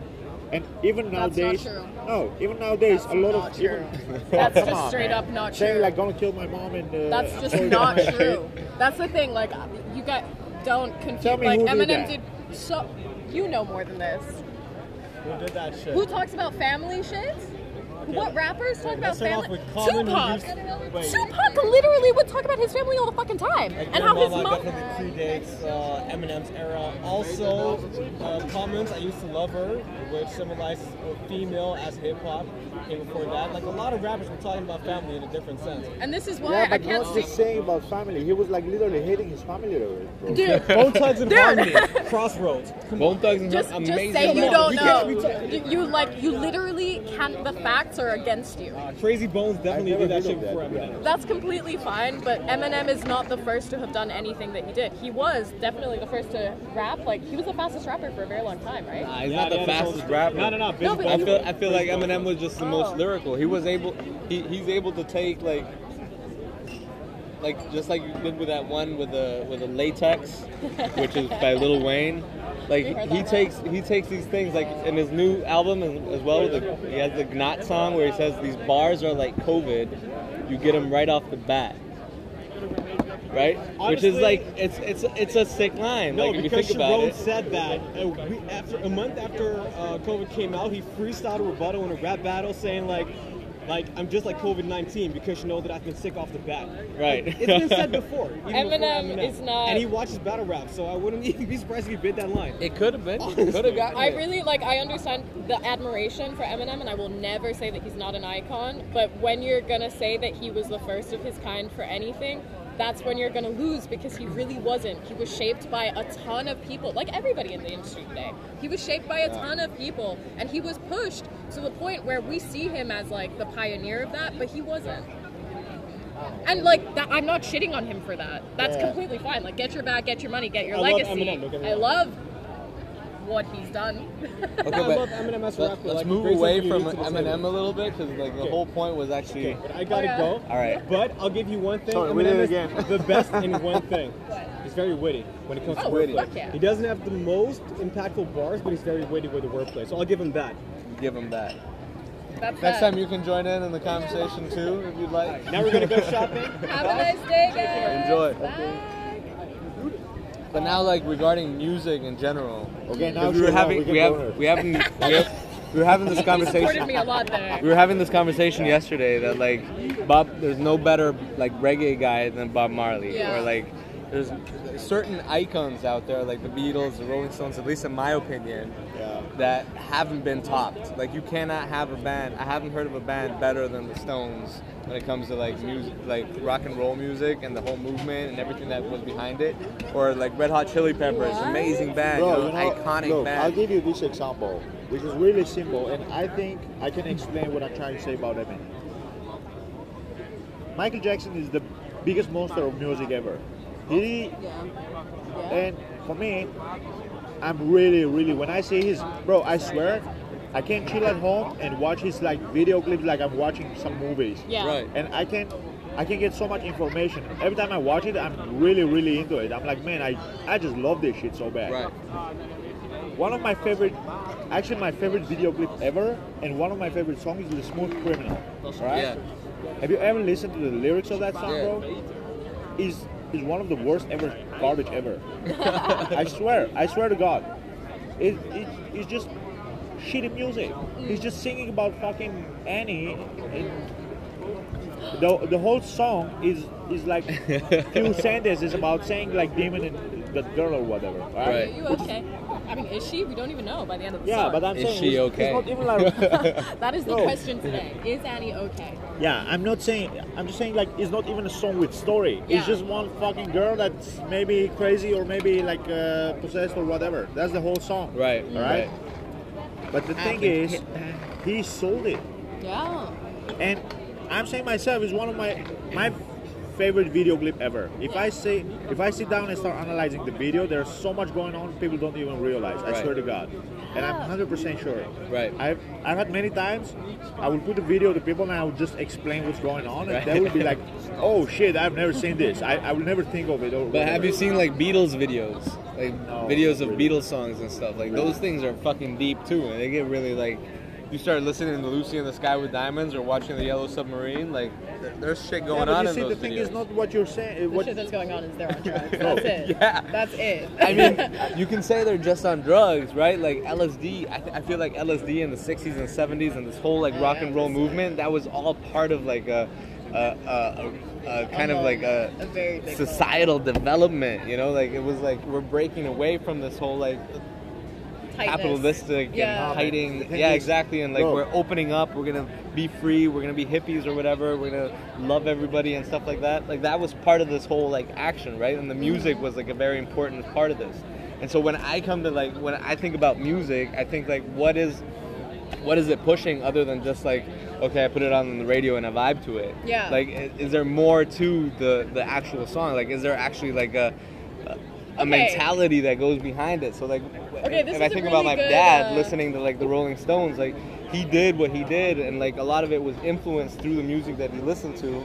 C: and even
B: That's not
C: nowadays,
B: true.
C: no, even nowadays
B: That's
C: a lot
B: not
C: of
B: true.
C: even,
B: That's
C: Come
B: just
C: on,
B: straight
C: man.
B: up not
C: saying
B: true.
C: like gonna kill my mom and uh,
B: That's
C: I'm
B: just
C: sorry,
B: not
C: my shit.
B: true. That's the thing. Like you got don't confuse.
C: Tell me
B: like
C: who did
B: Eminem
C: that.
B: did so. You know more than this.
F: Who did that shit?
B: Who talks about family shit? What rappers talk about
F: let's start off
B: family?
F: with Common, who
B: Tupac.
F: used- wait.
B: Tupac literally would talk about his family all the fucking time,
F: Like,
B: and
F: their
B: how his
F: mama
B: mom.
F: definitely predates uh, Eminem's era. Also, uh, Commons, I used to love her, which symbolizes uh, female as hip hop came before that. Like a lot of rappers were talking about family in a different sense.
B: And this is why
C: Yeah,
B: I
C: but
B: can't
C: what's
B: see.
C: he saying about family? He was like literally hating his family. already, bro.
B: Dude,
F: Bone Thugs and
B: Dude.
F: Harmony, Crossroads. Come
A: Bone Thugs and
B: just
A: Harmony,
B: just
A: amazing.
B: say you
F: Come
B: don't
F: on,
B: know.
F: we can't-
B: You, you, like you literally can't. The facts are against you.
F: on. Uh, Crazy Bones definitely
C: I've never
F: did that
C: heard
F: shit
C: of that,
F: before
C: yeah.
F: Eminem.
B: That's completely fine, but Eminem is not the first to have done anything that he did. He was definitely the first to rap. Like he was the fastest rapper for a very long time, right?
A: Nah, he's
F: Yeah,
A: not the
F: yeah,
A: fastest
F: that's-
A: rapper.
F: No, no, no.
B: No, but-
A: I feel I feel like Eminem was just the
B: Oh.
A: most lyrical. He was able he, he's able to take like like just like you did with that one with the with the latex, which is by Lil Wayne. Like
B: We heard
A: he
B: that
A: takes he takes these things like in his new album as, as well. With the, he has the Gnot song where he says these bars are like COVID. You get them right off the bat. Right, which is
F: Honestly-
A: like it's it's it's a sick line.
F: No,
A: like if you
F: because
A: think about
F: Sharon
A: it,
F: said that a, week after, a month after uh, COVID came out, he freestyled a rebuttal in a rap battle saying like, like I'm just like COVID-19 because you know that I've been sick off the bat.
A: Right.
F: It's been said before. even before
B: Eminem is not-
F: And he watches battle rap, so I wouldn't even be surprised if he bit that line.
A: it could have been, could have gotten.
B: I
A: it.
B: really like. I understand the admiration for Eminem, and I will never say that he's not an icon. But when you're gonna say that he was the first of his kind for anything, that's when you're gonna lose because he really wasn't. He was shaped by a ton of people, like everybody in the industry today. He was shaped by a ton of people, and he was pushed to the point where we see him as like the pioneer of that, but he wasn't. And like that, I'm not shitting on him for that. That's
C: Yeah.
B: completely fine. Like, get your bag, get your money, get your
F: I love
B: legacy.
F: Eminem, don't get me
B: I
F: wrong.
B: love what he's done.
A: Okay,
F: I
A: but
F: love Eminem as a
A: let-
F: rapper,
A: let's
F: like,
A: move
F: brings
A: away
F: something
A: from
F: unique to the
A: Eminem a
F: table.
A: little bit because like the
F: Okay.
A: whole point was actually.
F: But I gotta
B: Okay.
F: go.
A: All right.
F: But I'll give you one thing.
C: Sorry,
F: Eminem
C: we did it
F: is
C: again.
F: the best in one thing.
B: What?
F: He's very witty when it comes to
B: Oh,
F: wordplay.
B: fuck yeah.
F: He doesn't have the most impactful bars, but he's very witty with the wordplay. So I'll give him that.
A: Give him that. Next
B: That's that.
A: time you can join in in the conversation too if you'd like.
F: Now we're gonna go shopping.
B: Have a nice day, guys.
A: Enjoy.
B: Bye.
A: But now, like regarding music in general,
C: Okay, now
A: 'cause we were
C: Shona,
A: having
C: can
A: we
C: go
A: have
C: ahead.
A: we haven't we, have, we were having this
B: Supported
A: conversation.
B: me a lot there.
A: We were having this conversation yesterday that like Bob, there's no better like reggae guy than Bob Marley,
B: Yeah.
A: or like there's certain icons out there like the Beatles, the Rolling Stones, at least in my opinion,
C: Yeah.
A: that haven't been topped. Like you cannot have a band. I haven't heard of a band better than the Stones when it comes to like music, like rock and roll music and the whole movement and everything that was behind it. Or like Red Hot Chili Peppers,
B: What?
A: amazing band,
C: Bro,
A: you know,
C: you know,
A: iconic
C: look,
A: band.
C: I'll give you this example, which is really simple, and I think I can explain what I'm trying to say about Eminem. Michael Jackson is the biggest monster of music ever. He
B: Yeah. Yeah.
C: and for me, I'm really, really when I see his bro, I swear, I can chill at home and watch his like video clips like I'm watching some movies.
B: Yeah.
A: Right.
C: And I can I can get so much information. Every time I watch it, I'm really, really into it. I'm like, man, I, I just love this shit so bad.
A: Right.
C: One of my favorite, actually my favorite video clip ever, and one of my favorite songs is The Smooth Criminal. Right?
A: Yeah.
C: Have you ever listened to the lyrics of that song,
A: Yeah.
C: bro? Is is one of the worst ever garbage ever. I swear, I swear to God, it, it it's just shitty music.
A: Mm.
C: He's just singing about fucking Annie. And the the whole song is is like few sentences about saying like demon and that girl or whatever.
A: Right.
B: Are you okay? I mean, is she? We don't even know by the end of the
C: Yeah,
B: song.
C: but I'm
A: Is
C: saying
A: she
C: it's, it's
A: okay?
C: not even like
B: that is the
C: No.
B: question today. Is Annie okay?
C: Yeah, I'm not saying. I'm just saying like it's not even a song with story.
B: Yeah.
C: It's just one fucking girl that's maybe crazy or maybe like uh, possessed or whatever. That's the whole song.
A: Right,
C: All right. But the thing is, he sold it,
B: Yeah.
C: and I'm saying myself is one of my my favorite video clip ever. If I say if I sit down and start analyzing the video, there's so much going on people don't even realize. I
A: Right.
C: swear to God, and I'm
B: Yeah.
C: 100 percent sure.
A: Right.
C: I've I've had many times. I will put the video to people and I will just explain what's going on, and they will be like, "Oh shit, I've never seen this. I, I will never think of it."
A: But
C: Or
A: have
C: whatever."
A: you seen like Beatles videos, like
C: No,
A: videos of
C: really.
A: Beatles songs and stuff? Like those things are fucking deep too, and they get really like. You start listening to Lucy in the Sky with Diamonds or watching the Yellow Submarine, like th- there's shit
C: Yeah,
A: going
C: but
A: on
C: you
A: in
C: see,
A: those
C: the thing
A: videos.
C: is not what you're saying.
B: The
C: What
B: shit that's going on is they're on drugs. That's it.
A: Yeah.
B: That's it.
A: I mean, you can say they're just on drugs, right? Like LSD. I, th- I feel like LSD in the '60s and '70s and this whole like rock and roll movement that was all part of like a, a, a, a, a kind of like a,
B: a very big moment.
A: societal development. You know, like it was like we're breaking away from this whole like
B: Tightness.
A: capitalistic
B: Yeah.
A: and hiding.
C: The thing
A: Yeah,
C: is-
A: exactly. And like
C: Bro.
A: we're opening up. We're gonna be free. We're gonna be hippies or whatever. We're gonna love everybody and stuff like that. Like that was part of this whole like action, right? And the
B: Mm-hmm.
A: music was like a very important part of this. And so when I come to like when I think about music, I think like what is what is it pushing other than just like okay i put it on the radio and i vibe to it
B: Yeah.
A: like i- is there more to the the actual song like is there actually like a a- a
B: Okay.
A: mentality that goes behind it so like
B: Okay,
A: if
B: this
A: i
B: is a
A: think about my
B: really good,
A: dad
B: uh,
A: listening to like the rolling stones like he did what he did and like a lot of it was influenced through the music that he listened to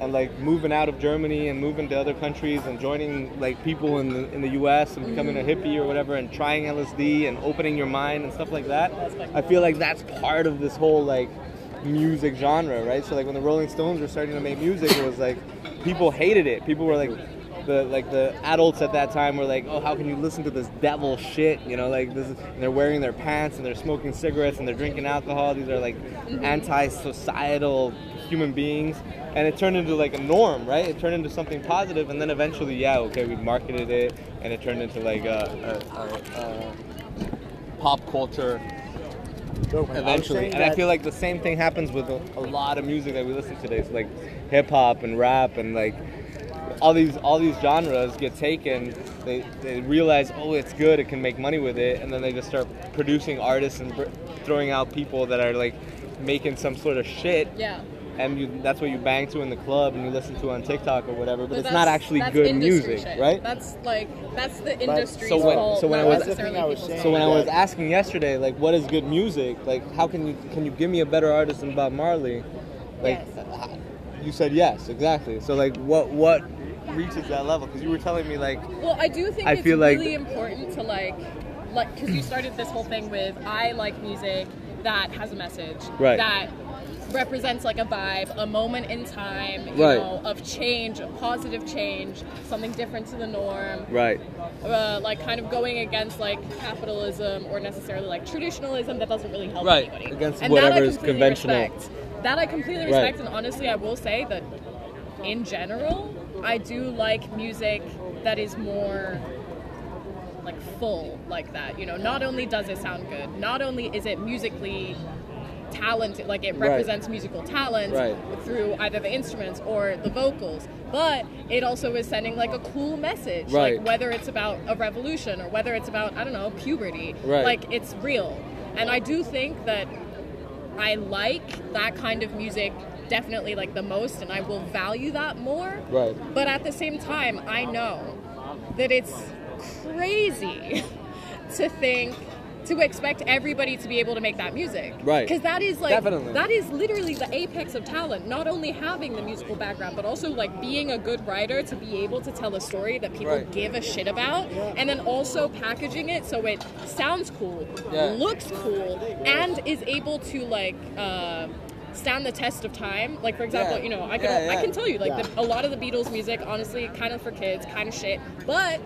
A: and like moving out of germany and moving to other countries and joining like people in the, in the us and becoming
B: Mm-hmm.
A: a hippie or whatever and trying lsd and opening your mind and stuff like that i feel like that's part of this whole like music genre right so like when the rolling stones were starting to make music it was like people hated it people were like the like the adults at that time were like, oh, how can you listen to this devil shit? You know, like this. Is, and they're wearing their pants and they're smoking cigarettes and they're drinking alcohol. These are like anti-societal human beings, and it turned into like a norm, right? It turned into something positive, and then eventually, yeah, okay, we marketed it, and it turned into like a, a, a, a pop culture
C: Look, man, I was
A: eventually.
C: saying
A: And I
C: that-
A: feel like the same thing happens with a, a lot of music that we listen to today. It's like hip hop and rap and like all these all these genres get taken. They, they realize oh it's good, it can make money with it, and then they just start producing artists and br- throwing out people that are like making some sort of shit
B: Yeah.
A: and you, that's what you bang to in the club and you listen to on TikTok or whatever, but, it's
B: that's-
A: not actually
B: that's
A: good
B: industry
A: music,
B: shit.
A: right?
B: That's like that's the industry's
A: so when-
B: fault.
A: so when
B: not
A: I was-
B: necessarily
C: That's the thing I was
B: people's fault.
C: saying.
A: So when I was asking yesterday, like, what is good music? Like, how can you can you give me a better artist than Bob Marley? Like,
B: Yes.
A: uh, you said yes, exactly. So like, what what reaches that level? Because you were telling me like,
B: Well, I do think
A: I
B: it's
A: feel like-
B: really important to like, like, because you started this whole thing with I like music that has a message
A: Right.
B: that represents like a vibe, a moment in time, you
A: Right.
B: know, of change, of positive change, something different to the norm,
A: right,
B: uh, like kind of going against like capitalism or necessarily like traditionalism that doesn't really help
A: Right,
B: anybody.
A: against
B: and that I
A: whatever is
B: completely
A: conventional.
B: Respect. That I completely
A: Right.
B: respect, and honestly, I will say that in general, I do like music that is more like full like that. You know, not only does it sound good, not only is it musically talented, like it
A: Right.
B: represents musical talent
A: Right.
B: through either the instruments or the vocals, but it also is sending like a cool message,
A: Right.
B: like whether it's about a revolution or whether it's about I don't know puberty,
A: Right.
B: like it's real. And I do think that I like that kind of music definitely like the most and I will value that more.
A: Right.
B: But at the same time, I know that it's crazy to think to expect everybody to be able to make that music.
A: Right.
B: Cuz that is like
A: Definitely.
B: that is literally the apex of talent, not only having the musical background but also like being a good writer to be able to tell a story that people
A: Right.
B: give a shit about and then also packaging it so it sounds cool,
A: Yeah.
B: looks cool and is able to like uh, stand the test of time. Like for example,
A: Yeah.
B: you know, I can
A: Yeah, yeah.
B: I can tell you like
A: Yeah.
B: the, a lot of the Beatles music, honestly, kind of for kids, kind of shit, but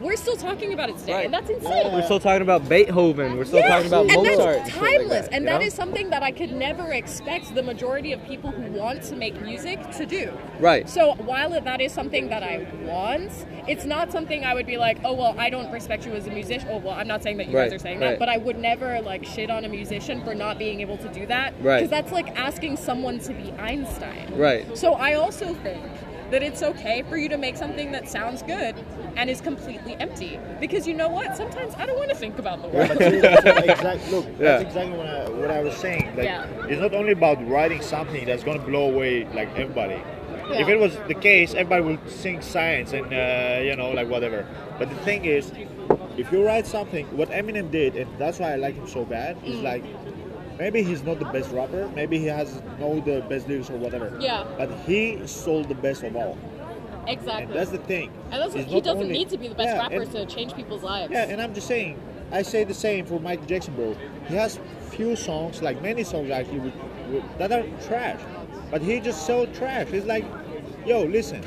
B: we're still talking about it today,
A: Right.
B: and that's insane.
A: we're still talking about Beethoven. We're still
B: Yeah,
A: talking about
B: and
A: Mozart.
B: that's
A: shit like
B: timeless, and
A: you
B: that
A: know?
B: is something that I could never expect the majority of people who want to make music to do.
A: Right.
B: So while that is something that I want, it's not something I would be like, oh well, I don't respect you as a musician. Oh well, I'm not saying that you
A: Right,
B: guys are saying
A: right.
B: that, but I would never like shit on a musician for not being able to do that.
A: Right.
B: Because that's like asking someone to be Einstein.
A: Right.
B: So I also think that it's okay for you to make something that sounds good and is completely empty because you know what? Sometimes I don't want to think about the world.
C: exactly. Look,
A: Yeah.
C: that's exactly what I, what I was saying. Like,
B: Yeah.
C: it's not only about writing something that's gonna blow away like everybody. If
B: Yeah.
C: it was the case, everybody would sing science and uh, you know like whatever. But the thing is, if you write something, what Eminem did, and that's why I like him so bad,
B: Mm.
C: is like. Maybe he's not the best rapper. Maybe he has no the best lyrics or whatever.
B: Yeah.
C: But he sold the best of all, and
B: exactly.
C: that's the thing.
B: And that's,
C: It's
B: he
C: not
B: doesn't
C: only-
B: need to be the best
C: Yeah,
B: rapper
C: and-
B: to change people's lives.
C: yeah, and I'm just saying, I say the same for Michael Jackson, bro. He has few songs, like many songs actually, with, with, that are trash, but he just so trash. It's like, yo, listen.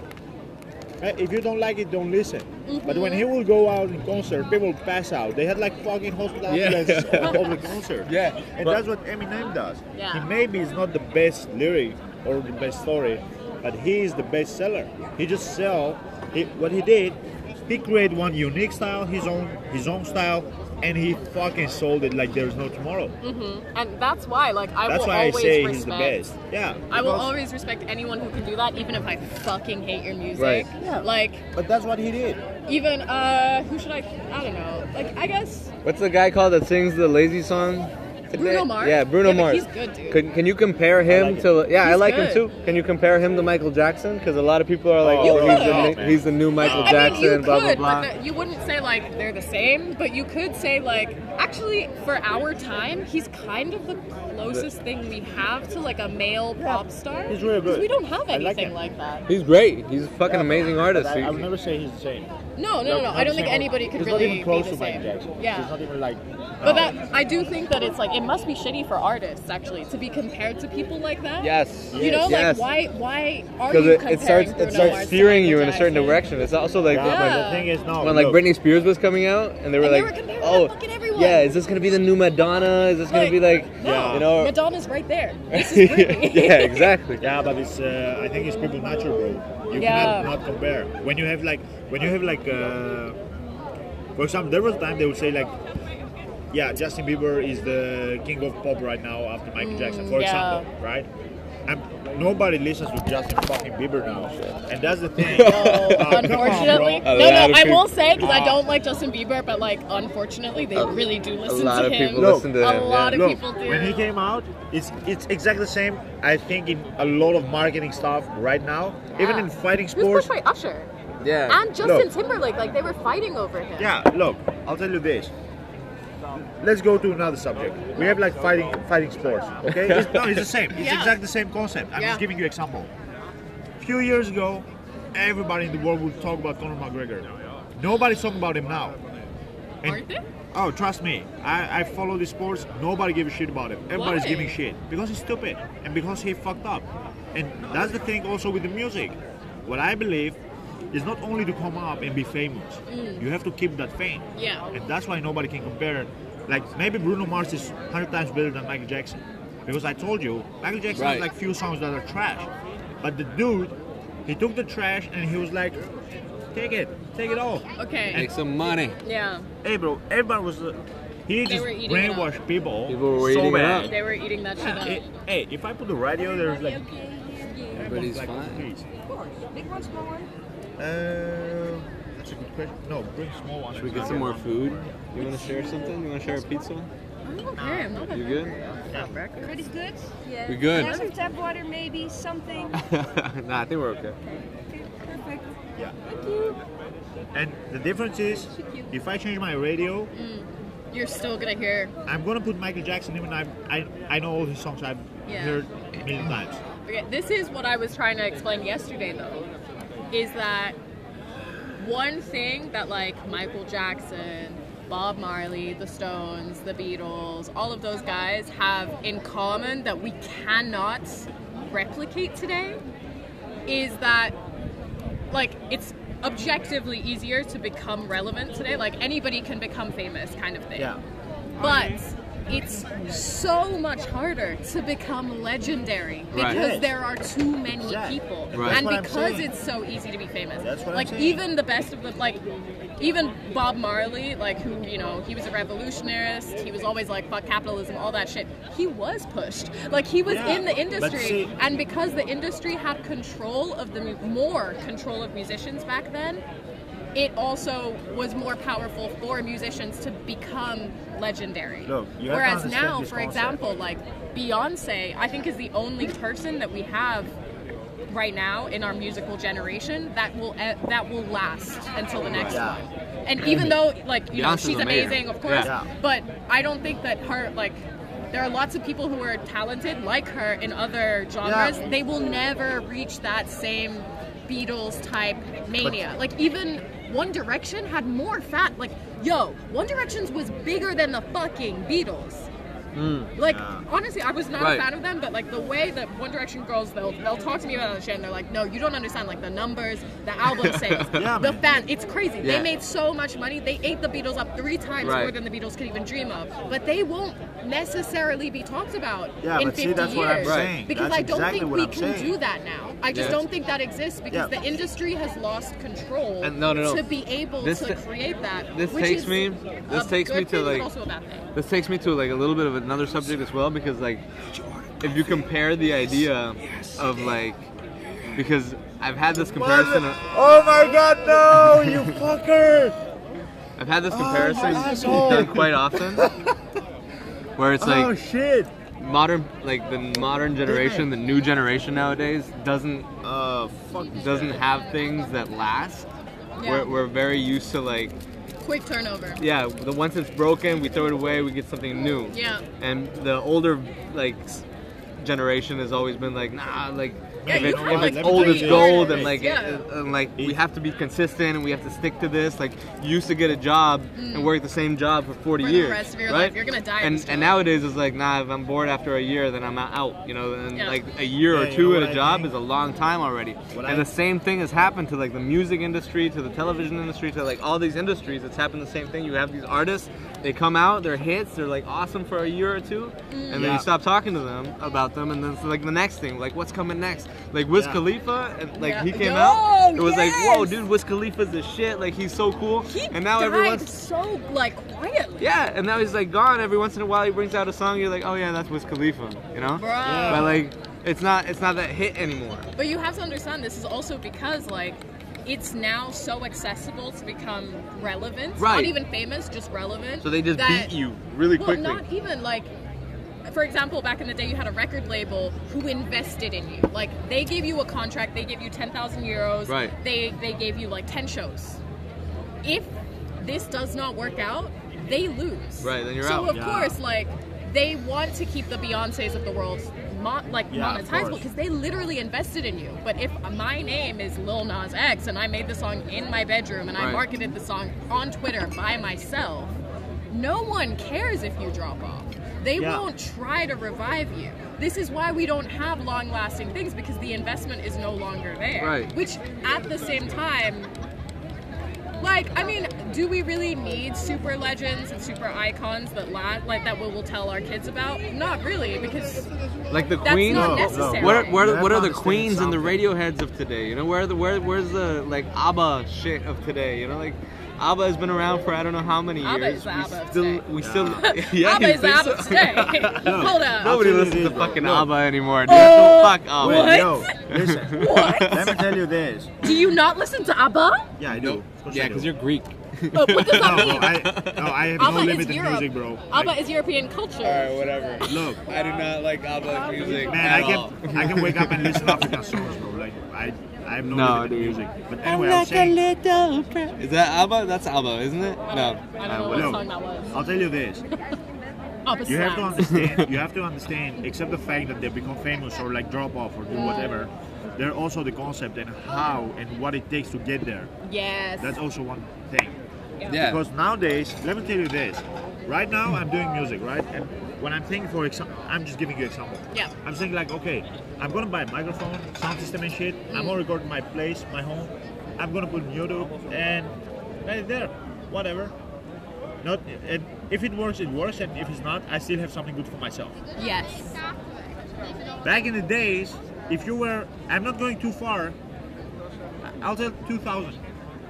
C: Uh, If you don't like it, don't listen. But when he will go out in concert, people pass out. They had like fucking hospital
A: Yeah.
C: ambulances all over the concert.
A: Yeah,
C: and
A: but-
C: that's what Eminem does.
B: Yeah.
C: He maybe is not the best lyric or the best story, but he is the best seller. He just sell. He, what he did, he created one unique style, his own his own style, and he fucking sold it like there's no tomorrow.
B: And that's why, like, I
C: That's
B: will
C: why I
B: always
C: say
B: respect.
C: he's the best. Yeah.
B: I will
C: because-
B: always respect anyone who can do that, even if I fucking hate your music.
A: Right.
C: Yeah.
B: Like,
C: But that's what he did.
B: even uh, who should I? I don't know. Like, I guess
A: What's the guy called that sings the lazy song?
B: Bruno Mars?
A: Yeah, Bruno
B: Yeah, but
A: Mars.
B: he's good, dude.
A: Can, can you compare him
C: like
A: to? Yeah, I
B: He's
A: like
B: good.
A: him too. Can you compare him to Michael Jackson? Because a lot of people are like,
C: You
A: oh, he's,
B: could.
A: the, new- he's the new Michael
B: I
A: Jackson.
B: mean, you
A: blah blah
B: could,
A: blah.
B: but the- you wouldn't say like they're the same, but you could say like actually for our time, he's kind of the closest thing we have to like a male pop star.
C: He's really
B: 'Cause
C: good.
B: We don't have
C: I like
B: anything
C: him.
B: like, that.
A: He's great. He's a fucking amazing artist.
C: But I, I would
A: He-
C: never say he's the same.
B: No, no, no, no. I don't think anybody could
C: he's
B: really
C: not even close
B: be the
C: to Michael
B: same.
C: Jackson.
B: Yeah.
C: He's not even like.
B: But that I do think that it's like it must be shitty for artists actually to be compared to people like that.
A: Yes.
B: You know,
A: Yes.
B: like why why are
A: because
B: you
A: it,
B: comparing
A: it starts
B: Bruno
A: it starts
B: Mars to
A: steering
B: Michael
A: you in a certain
B: Jackson?
A: direction. It's also like
C: Yeah, but
B: Yeah.
C: the thing is, no.
A: when like
C: look,
A: Britney Spears was coming out and they were
B: And they were
A: like,
B: comparing
A: oh,
B: to fucking everyone.
A: yeah, is this gonna be the new Madonna? Is this gonna be like,
B: no,
A: you know?
B: Madonna's right there. This is Britney.
A: yeah, exactly.
C: Yeah, but it's uh, I think it's people natural, bro. You
B: Yeah.
C: cannot not compare. When you have like when you have like uh, for example, there was a time they would say like, yeah, Justin Bieber is the king of pop right now after Michael Jackson, for
B: Mm, yeah.
C: example, right? I'm nobody listens to Justin fucking Bieber now, and that's the thing. Uh, come on,
B: Unfortunately,
C: bro.
B: no,
A: A
B: no,
A: lot of
B: I
A: peop-
B: will say because I
C: Ah.
B: don't like Justin Bieber, but like, unfortunately, they really do
A: A
B: listen
A: lot
B: to
A: of
B: him.
A: people
C: No,
A: listen to
B: a
A: him.
B: lot
A: yeah.
B: of
C: Look,
B: people do.
C: when he came out, it's it's exactly the same. I think in a lot of marketing stuff right now, even
B: Ah.
C: in fighting
B: he was
C: sports.
B: pushed by Usher
A: yeah.
B: and Justin
C: Look.
B: Timberlake. Like they were fighting over him.
C: Yeah, look, I'll tell you this. Let's go to another subject. We have like fighting, fighting sports. Okay, it's, no, it's the same. It's
B: Yeah.
C: exactly the same concept. I'm
B: Yeah.
C: just giving you example. A few years ago, everybody in the world would talk about Conor McGregor. Nobody's talking about him now. And-
B: Aren't they?
C: Oh, trust me. I, I follow the sports. Nobody gave a shit about him. Everybody's
B: Why?
C: giving shit because he's stupid and because he fucked up. And that's the thing also with the music. What I believe is not only to come up and be famous. You have to keep that fame.
B: Mm. Yeah.
C: And that's why nobody can compare. Like maybe Bruno Mars is hundred times better than Michael Jackson because I told you Michael Jackson has
A: Right.
C: like few songs that are trash, but the dude he took the trash and he was like, take it, take it all.
B: Okay.
A: Make some money.
B: Yeah.
C: Hey, bro, everybody was. Uh, he
B: They
C: just
B: were eating it up.
C: brainwashed people.
A: People were
C: so
A: eating it
C: bad.
A: up.
B: They were eating that shit
C: Yeah,
B: up.
C: it- hey, if I put the radio, there's like.
A: Everybody's
C: like,
A: fine.
C: please.
H: Of course. Big one, small one.
C: Uh, that's a good question. No, bring small one.
A: Should we get some more food? You want to share something? You want to share a pizza?
B: I'm okay. I'm not
A: You good?
H: Pretty good. Yeah.
A: We good.
H: Now some tap water, maybe something.
A: nah, I think we're okay.
H: Okay, perfect.
C: Yeah.
H: Thank you.
C: And the difference is, if I change my radio,
A: Mm.
B: bad. You're still gonna hear.
C: I'm gonna put Michael Jackson. Even I, I, I know all his songs. I've
B: Yeah.
C: heard a million times.
B: Okay, this is what I was trying to explain yesterday though, is that one thing that like Michael Jackson, Bob Marley, the Stones, the Beatles, all of those guys have in common that we cannot replicate today is that like it's objectively easier to become relevant today. Like anybody can become famous kind of thing.
C: Yeah.
B: But it's so much harder to become legendary because
A: Right.
C: Yes.
B: there are too many
C: Yeah.
B: people. And
C: Right. That's what I'm
B: because
C: saying.
B: it's so easy to be famous.
C: That's what I'm
B: like
C: saying.
B: even the best of the like even Bob Marley, like who, you know, he was a revolutionist, he was always like fuck capitalism, all that shit. He was pushed. Like he was
C: Yeah.
B: in the
C: But
B: industry
C: see-
B: and because the industry had control of the mu- more control of musicians back then it also was more powerful for musicians to become legendary
C: Look, you have to
B: whereas
C: understand
B: now
C: this
B: for
C: concept.
B: example like beyonce i think is the only person that we have right now in our musical generation that will eh, that will last until the next
C: Yeah.
B: one and even though like you know
A: Beyonce's
B: she's
A: amazing.
B: amazing of course
C: Yeah.
B: but I don't think that her like there are lots of people who are talented like her in other genres.
C: Yeah.
B: They will never reach that same Beatles type mania. like even One Direction had more fat. Like yo, One Direction's was bigger than the fucking Beatles. Like honestly, I was not
A: Right.
B: a fan of them, but like the way that One Direction girls they'll they'll talk to me about that shit and they're like, no, you don't understand like the numbers, the album sales,
C: Yeah,
B: the
C: man.
B: fan. It's crazy.
A: Yeah.
B: They made so much money. They ate the Beatles up three times
A: Right.
B: more than the Beatles could even dream of. But they won't necessarily be talked about
C: Yeah,
B: in
C: but
B: 50
C: see, that's
B: years
C: what I'm saying.
B: because
C: That's
B: I don't
C: exactly
B: think
C: what
B: we
C: I'm
B: can
C: saying.
B: do that now. I just
A: Yeah.
B: don't think that exists because
C: Yeah.
B: the industry has lost control
A: And no, no, no.
B: to be able
A: This
B: to
A: ta-
B: create that.
A: this
B: which
A: takes
B: is
A: me-
B: a
A: this takes
B: good
A: me to,
B: thing, but
A: like-
B: also a bad thing.
A: This takes me to like a little bit of another subject as well because like if you compare the idea of like because I've had this comparison
C: Oh my God! No, you fucker!
A: I've had this comparison
C: asshole.
A: done quite often where it's
C: oh
A: like
C: shit!
A: modern like the modern generation the new generation nowadays doesn't
C: Uh, fuck.
A: doesn't have things that last
B: Yeah.
A: we're, we're very used to like
B: Quick turnover.
A: yeah the once it's broken we throw it away we get something new
B: Yeah.
A: and the older like s- generation has always been like nah like
B: Yeah,
A: if,
B: you
A: it,
B: have
A: if
B: to
A: it's
B: be
A: old it's
B: creative.
A: gold and like
B: Yeah.
A: uh, and like we have to be consistent and we have to stick to this like you used to get a job and work the same job for 40
B: Mm. For the
A: years
B: rest of your
A: right
B: life. You're gonna die at
A: and,
B: this
A: and
B: job.
A: nowadays it's like nah if i'm bored after a year then i'm out you know and
B: Yeah.
A: like a year
C: Yeah,
A: or
C: you
A: two
C: know
A: at
C: what
A: a
C: I
A: job
C: think?
A: is a long time already
C: What
A: and
C: I-
A: the same thing has happened to like the music industry to the television industry to like all these industries it's happened the same thing you have these artists they come out they're hits they're like awesome for a year or two and then
C: Yeah.
A: you stop talking to them about them and then it's like the next thing like what's coming next like Wiz
C: Yeah.
A: Khalifa and like
B: Yeah.
A: he came
B: Yo,
A: out it was like whoa
B: yes!
A: dude Wiz Khalifa's the shit like he's so cool
B: He
A: and now
B: died
A: everyone's
B: so like quietly.
A: yeah, and now he's like gone. Every once in a while, he brings out a song. You're like, oh yeah, that's Wiz Khalifa, you know.
B: Bruh.
A: But like,
G: It's not. It's not that hit anymore.
B: But you have to understand this is also because like it's now so accessible to become relevant. Not
G: Right.
B: even famous, just relevant.
G: So they just
B: that-
G: beat you really
B: Well,
G: quickly.
B: not even like for example, back in the day, you had a record label who invested in you. Like they gave you a contract, they gave you ten thousand euros.
G: Right.
B: They they gave you like ten shows. If this does not work out, they lose.
G: Right, then you're
B: so
G: out.
B: of
C: Yeah.
B: course, like they want to keep the Beyonces of the world mo- like
C: Yeah, of
B: monetizable
C: course.
B: because they literally invested in you. But if my name is Lil Nas X and I made the song in my bedroom and I
G: Right.
B: marketed the song on Twitter by myself, no one cares if you drop off. They
C: Yeah.
B: won't try to revive you. This is why we don't have long lasting things because the investment is no longer there.
G: Right.
B: Which at the same time, like, I mean, do we really need super legends and super icons that last, like that we will tell our kids about? Not really, because
G: like the
B: That's
G: queens.
B: not
C: No, no. necessary.
G: What are, what
C: You
G: are,
C: have
G: what
C: to
G: are the
C: understand
G: queens and the
C: something.
G: Radioheads of today? You know, where are the where where's the like ABBA shit of today? You know, like ABBA has been around for I don't know how many
B: ABBA
G: years.
B: is the
G: we
B: ABBA of
G: still
B: today.
G: we
C: Yeah.
G: still
B: ABBA
G: you
B: is
G: think
B: ABBA
G: so?
B: today. Hold up.
G: Nobody
C: I'll tell you
G: listens to
C: this,
G: fucking
C: bro.
G: ABBA anymore, dude. No, fuck ABBA.
C: Wait, yo, listen. Let me tell you this.
B: Do you not listen to ABBA?
C: Yeah, I do. Of course I
A: Yeah,
C: do.
A: because you're Greek.
B: Uh, what does
C: No,
B: that
C: bro,
B: mean?
C: I, no, I have no
B: ABBA is
C: limit in
B: Europe.
C: music, bro.
B: ABBA
C: Like, Uh,
B: is European culture.
A: whatever.
C: look,
A: I do not like ABBA's music.
C: man, I
A: Oh.
C: can I can wake up and listen to African songs, bro. Like I I have no,
G: No,
C: limit in
G: dude.
C: music. But anyway, I'm saying.
A: Is that ABBA? That's ABBA, isn't it? No.
B: I don't, I don't know what
C: uh, No,
B: song that was.
C: I'll tell you this.
B: ABBA
C: You have to
B: slaps.
C: understand. You have to understand. Except the fact that they become famous or like drop off or do whatever, they're also the concept and how and what it takes to get there.
B: Yes.
C: That's also one thing.
A: Yeah.
C: Because nowadays, let me tell you this. Right now, I'm doing music, right? And when I'm thinking for example, I'm just giving you example.
B: Yeah.
C: I'm saying like, okay, I'm gonna buy a microphone, sound system, and shit. I'm gonna record in my place, my home. I'm gonna put in YouTube, and that is there. Whatever. Not. And if it works, it works. And if it's not, I still have something good for myself.
B: yes.
C: Back in the days, if you were, I'm not going too far. I'll tell 2000.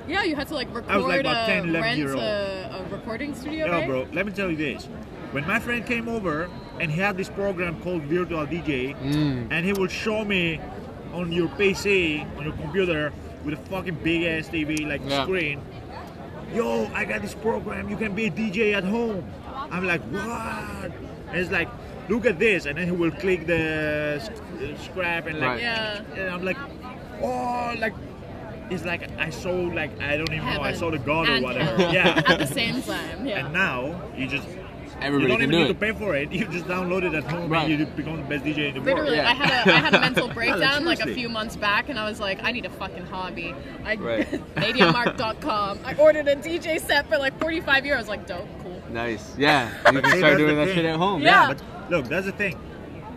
B: Yeah, you had to like
C: I was, like,
B: record
C: about
B: a
C: 10, 11
B: rent
C: year old.
B: a, a recording studio.
C: No,
B: right?
C: bro, let me tell you this. When my friend came over and he had this program called Virtual DJ, and he would show me on your PC, on your computer, with a fucking big ass TV, like
A: Yeah.
C: screen, yo, I got this program, you can be a DJ at home. I'm like, what? And it's like, look at this. And then he will click the sc- uh, scrap and like,
G: Right.
B: Yeah.
C: and I'm like, oh, like, it's like, I saw, like, I don't even know, I
B: Heaven
C: saw the god or
B: and
C: whatever.
B: hell
C: Yeah.
B: At the same time. Yeah.
C: And now you just you
A: Everybody
C: don't
A: can do
C: even need to
A: it.
C: pay for it. You just download it at home
A: Right.
C: and you become the best DJ in the
B: Literally,
C: world.
B: I had a I had a mental breakdown like a
C: seriously.
B: few months back, and I was like, I need a fucking hobby. I
G: Right.
B: MediaMarkt.com. I ordered a DJ set for like 45 euros. Like, dope, cool.
G: Nice. Yeah. You
C: But see,
G: can start
C: that's
G: doing
C: the
G: that shit
C: thing.
G: at home.
B: Yeah.
C: But look, that's the thing.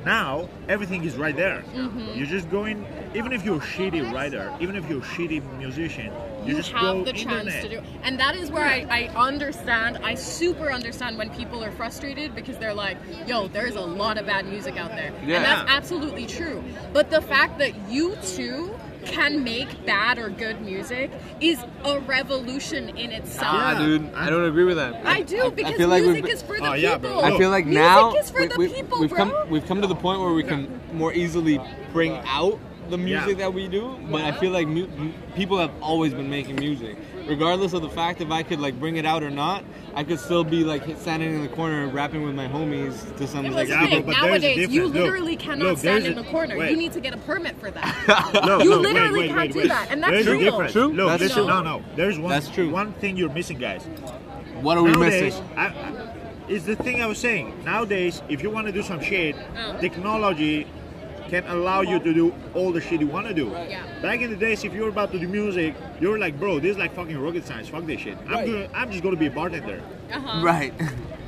C: Now everything is right there.
B: Mm-hmm.
C: You just go in, even if you're a shitty writer, even if you're a shitty musician, you,
B: You
C: just go
B: have the
C: internet.
B: chance to do, and that is where I, I understand. I super understand when people are frustrated because they're like, "Yo, there's a lot of bad music out there,"
G: Yeah.
B: and that's absolutely true. But the fact that you too can make bad or good music is a revolution in itself.
G: Ah, dude, I don't agree with that.
B: I do because
A: feel like
B: music
A: we've-
B: is for the
C: Oh,
B: people.
C: yeah, bro.
G: I feel like
B: music
G: now
B: is for the
A: we,
B: people,
A: have
B: bro.
A: come we've come to the point where we can more easily bring out the music that we do. But I feel like mu- m- people have always been making music, regardless of the fact if I could like bring it out or not. I could still be like hit- standing in the corner rapping with my homies to some
B: It
A: like
B: was
C: Yeah,
B: the thing.
C: but there's a
B: Nowadays, you
C: difference. Look,
B: literally cannot
C: look,
B: stand
C: there's
B: in
C: a-
B: the corner.
C: wait.
B: You need to get a permit for that.
C: No,
B: You
C: no,
B: literally
C: wait, wait,
B: can't
C: wait,
B: do
C: wait.
B: that, and that's
C: There's
B: real.
C: a difference.
A: True.
C: Look,
A: That's
C: listen,
B: true.
C: no, no. There's one.
A: That's true.
C: One thing you're missing, guys.
A: what are we
C: nowadays,
A: missing?
C: I, I, it's the thing I was saying. Nowadays, if you want to do some shit,
B: Oh.
C: technology can allow you to do all the shit you want to do.
B: Yeah.
C: Back in the days, if you're about to do music, you're like, bro, this is like fucking rocket science. Fuck this shit. I'm, gonna, I'm just gonna be a bartender.
B: Uh-huh.
G: Right.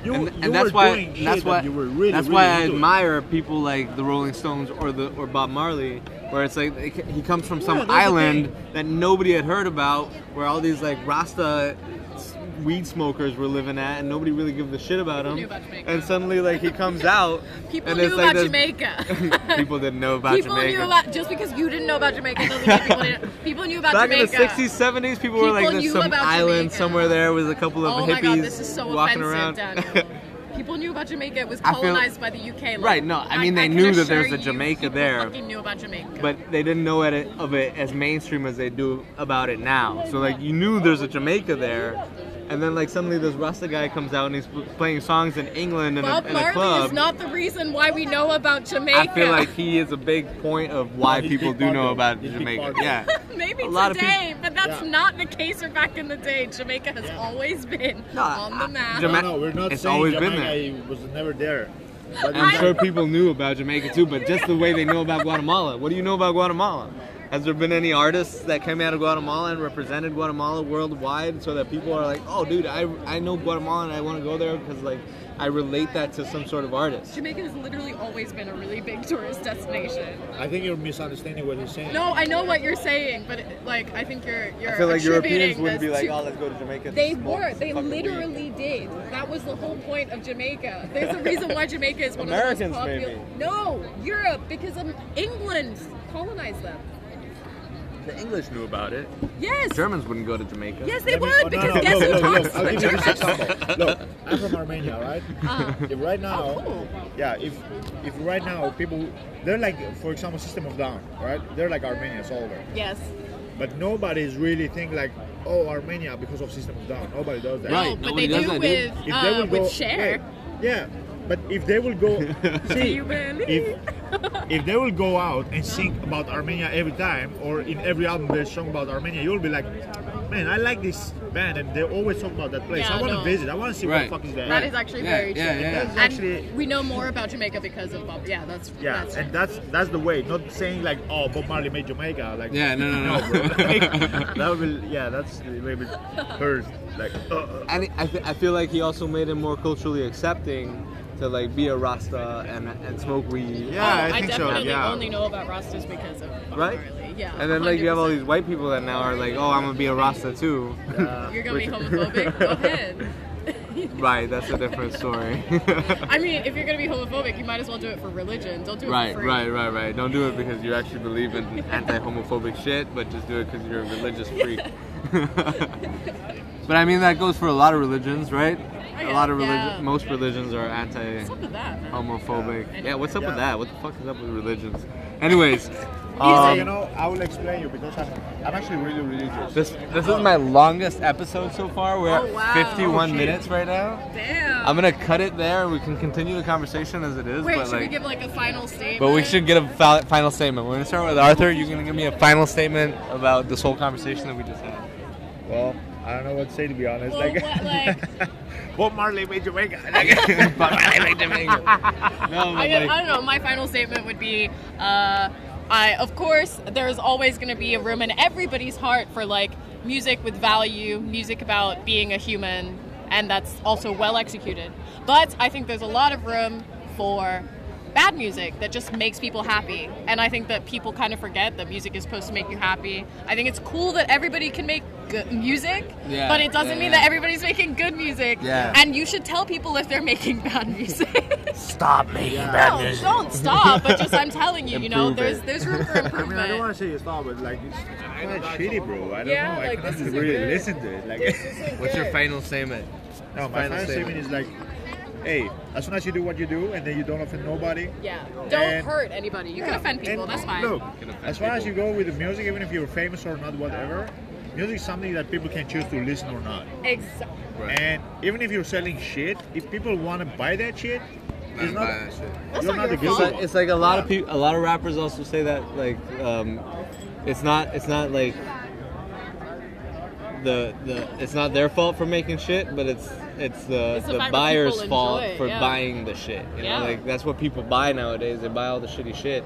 C: You-
G: and,
C: you
G: and
C: were
G: that's why
C: doing
G: and that's
C: shit
G: why
C: that you were really,
G: that's why
C: really
G: I
C: into it.
G: admire people like the Rolling Stones or the or Bob Marley, where it's like they, he comes from some
C: Yeah, that's the
G: island
C: thing.
G: that nobody had heard about, where all these like Rasta s- weed smokers were living at, and nobody really gave a shit about
B: People
G: him.
B: knew about Jamaica.
G: and suddenly, like he comes out,
B: People
G: and
B: knew
G: it's
B: about
G: like this-
B: Jamaica.
G: people didn't know about
B: people
G: Jamaica.
B: knew about just because you didn't know about Jamaica doesn't mean people didn't. People knew about
G: Back
B: Jamaica.
G: in the 60s, 70s, people, were
B: People
G: like,
B: knew
G: there's some
B: about
G: island
B: Jamaica.
G: somewhere there with a couple of
B: oh
G: hippies
B: my god, this is so
G: walking
B: offensive,
G: around.
B: Daniel. people knew about Jamaica. It was
A: I feel-
B: colonized by the UK. Like,
A: Right, no, I mean, they
B: can
A: knew that
B: assure
A: there's a
B: you
A: Jamaica
B: people
A: there.
B: Fucking knew about Jamaica.
A: but they didn't know it, of it as mainstream as they do about it now. So like you knew there's a Jamaica there, and then like suddenly this Rasta guy comes out and he's playing songs in England in, a,
B: Bob
A: in a
B: Marley
A: club.
B: is not the reason why we know about Jamaica.
A: I feel like he is a big point of why
C: He's
A: people
C: big
A: do know
C: part
A: about
C: of it. He's big
A: Jamaica.
C: part of it.
A: Yeah,
B: Maybe
A: a lot of
B: today, but that's
C: Yeah.
B: not the case or back in the day. Jamaica has always been
A: No,
B: on
A: I-
B: the map.
A: Jama-
C: no, no, we're not
A: it's
C: saying
A: always been
C: Jamaica was never there. But
A: And I'm
C: it's
A: sure
C: like-
A: people knew about Jamaica too, but just the way they know about Guatemala. What do you know about Guatemala? Has there been any artists that came out of Guatemala and represented Guatemala worldwide so that people are like, oh, dude, I, I know Guatemala and I want to go there because, like, I relate that to some sort of artist.
B: Jamaica has literally always been a really big tourist destination.
C: I think you're misunderstanding what he's saying.
B: No, I know what you're saying, but like I think you're you're
A: I feel like Europeans
B: attributing
A: wouldn't be
B: this
A: like,
B: to-
A: oh, let's go to Jamaica.
B: They
A: to smoke
B: were.
A: some
B: They
A: fucking weed."
B: literally did. That was the whole point of Jamaica. There's a reason why Jamaica is one
A: Americans,
B: of the most popular.
A: maybe.
B: No, Europe because um, England colonized them.
A: The English knew about it.
B: Yes.
A: Germans wouldn't go to Jamaica.
B: Yes, they
C: Let me-
B: would
C: oh, no,
B: because
C: no,
B: guess
C: look,
B: who
C: look,
B: talks
C: look,
B: to
C: I'll
B: the
C: give you this
B: Germans?
C: example. Look, I'm from Armenia, right?
B: Uh-huh.
C: If right now,
B: cool.
C: yeah, if if right now people, they're like, for example, System of Down, right? They're like Armenians all over,
B: Yes.
C: but nobody's really think like, oh, Armenia because of System of Down. Nobody does that.
A: Right,
B: No, but
A: nobody
B: they
A: does
B: do
A: that,
B: with
A: dude.
B: uh, with share.
C: wait, yeah, but if they will go, see, if if they will go out and sing about Armenia every time, or in every album there's song about Armenia, you'll be like, man, I like this band, and they always talk about that place.
B: Yeah,
C: I want to
B: no.
C: visit. I want to see
A: Right.
C: what the fuck is that.
B: That is actually
A: Yeah,
B: very
A: yeah,
B: true.
A: yeah.
C: That's actually-
B: And we know more about Jamaica because of Bob. Yeah, that's
C: yeah,
B: That's
C: and that's that's the way. Not saying like, oh, Bob Marley made Jamaica. Like,
A: Yeah, no, no, no.
C: bro. Like, that will, yeah, that's a little bit hurt. Like, uh, uh,
A: and I, th- I feel like he also made it more culturally accepting to like be a Rasta and, and smoke weed.
B: Oh,
C: yeah, I think so.
B: definitely
C: Yeah,
B: only know about Rastas because of Bob
A: Right?
B: Marley. Yeah.
A: And then like you have all these white people that now are like, oh, I'm gonna be a Rasta too.
B: You're gonna be homophobic. Go ahead.
A: right, that's a different story.
B: I mean, if you're gonna be homophobic, you might as well do it for religion. Don't do it
A: right,
B: for free.
A: right, right, right. Don't do it because you actually believe in anti-homophobic shit, but just do it because you're a religious freak. but I mean that goes for a lot of religions, right? A lot of religion.
B: Oh, Yeah.
A: Most religions are anti.
B: What's up with that, man?
A: Um, homophobic. Yeah, what's up with
C: Yeah.
A: that? What the fuck is up with religions? Anyways,
C: So,
A: um,
C: you know, I will explain you because I'm, I'm actually really religious.
A: this this is my longest episode so far. We're
B: Oh, wow.
A: at 51
C: Oh, shit.
A: minutes right now.
B: Damn.
A: I'm gonna cut it there. and We can continue the conversation as it is,
B: Wait,
A: but
B: should we
A: like,
B: give like a final statement?
A: but we should get a fi- final statement. We're gonna start with Arthur. You're gonna give me a final statement about this whole conversation that we just had.
C: Well, I don't know what to say to be honest.
B: Well, what, like,
C: Bob Marley made Jamaica. Like,
A: No,
B: I, I don't know. My final statement would be, uh, I of course there is always going to be a room in everybody's heart for like music with value, music about being a human, and that's also well executed. But I think there's a lot of room for bad music that just makes people happy, and I think that people kind of forget that music is supposed to make you happy. I think it's cool that everybody can make good music,
A: Yeah,
B: but it doesn't
A: yeah,
B: mean
A: yeah.
B: that everybody's making good music.
A: Yeah.
B: And you should tell people if they're making bad music.
A: Stop me.
B: No, don't stop. But just I'm telling you, you know,
A: Improve
B: there's
A: it.
B: there's room for
C: I mean, I don't
B: improvement.
C: want to say it's not, but like, it's kind of shitty, bro. I don't
I: Yeah,
C: know. I
I: like,
C: can't
I: this isn't
C: really
I: good.
C: listen to it. Like,
A: What's your final statement?
C: no, my
A: Final
C: final statement is like, hey, as soon as you do what you do and then you don't offend nobody.
B: yeah, don't
C: And-
B: hurt anybody. You can
C: Yeah,
B: offend people.
C: and
B: That's fine. Oh,
C: Look,
A: Can offend
C: as far as you
A: people.
C: go with the music, even if you're famous or not, whatever, music is something that people can choose to listen or not.
B: Exactly.
A: Right.
C: And even if you're selling shit, if people want to buy that shit, it's not.
B: That's
C: You're
B: not your
C: not the
A: It's
C: guilty
B: fault.
A: like,
C: one.
A: it's like a lot of people, a lot of rappers also say that like um, it's not it's not like the the it's not their fault for making shit, but it's it's the
B: It's the
A: the
B: fact that
A: buyer's
B: people
A: fault
B: enjoy it,
A: for
B: yeah.
A: buying the shit. You
B: Yeah.
A: know, like that's what people buy nowadays. They buy all the shitty shit,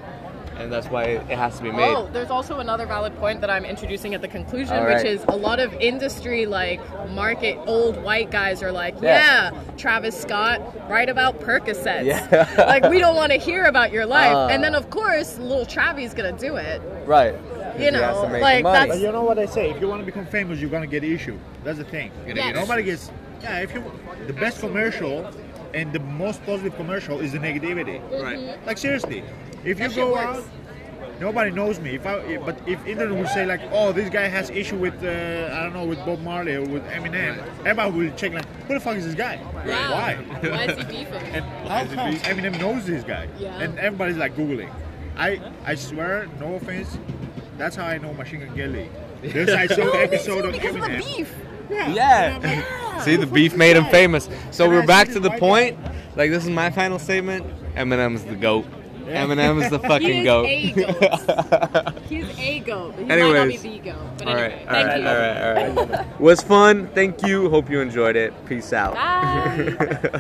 A: and that's why it has to be made.
B: Oh, there's also another valid point that I'm introducing at the conclusion,
A: All
B: which
A: right.
B: is a lot of industry, like market, old white guys are like, yeah,
A: Yeah.
B: Travis Scott, write about Percocets.
A: Yeah.
B: like, we don't want to hear about your life.
A: Ah.
B: and then, of course, little Travis going to do it.
A: Right.
B: You know, like,
C: But
B: that's-
C: you know what I say? If you want to become famous, you're gonna get issue. That's the thing.
B: get Yes.
C: Nobody gets. Yeah, if you the best commercial and the most positive commercial is the negativity.
A: Right.
C: Like seriously, if
B: That
C: you
B: shit
C: go
B: works.
C: out,
G: Nobody knows me. If I, if- but if Indian would say like, oh, this guy has issue with, uh, I don't know, with Bob Marley or with Eminem, everybody will check like, who the fuck is this guy?
B: Yeah.
G: Why?
B: Why is he beefing?
G: And how come Eminem knows this guy?
B: Yeah.
G: And everybody's like googling. I I swear, no offense, that's how I know Machine Gun Kelly. This I saw episode of
B: because of
G: Eminem.
B: the beef.
A: Yeah. See, the beef made him famous. So
G: And I
A: we're back
G: see
A: to
G: this
A: the
G: white
A: point. Like, this is my final statement. Eminem's the goat. Eminem is the
B: He
A: fucking
B: is
A: goat.
B: a goat. He's a goat, but he might not be
A: Anyways.
B: the goat. But
A: all
B: anyway,
A: right, all
B: thank
A: right,
B: you.
A: all right, all right. Was fun. Thank you. Hope you enjoyed it. Peace out.
B: Bye.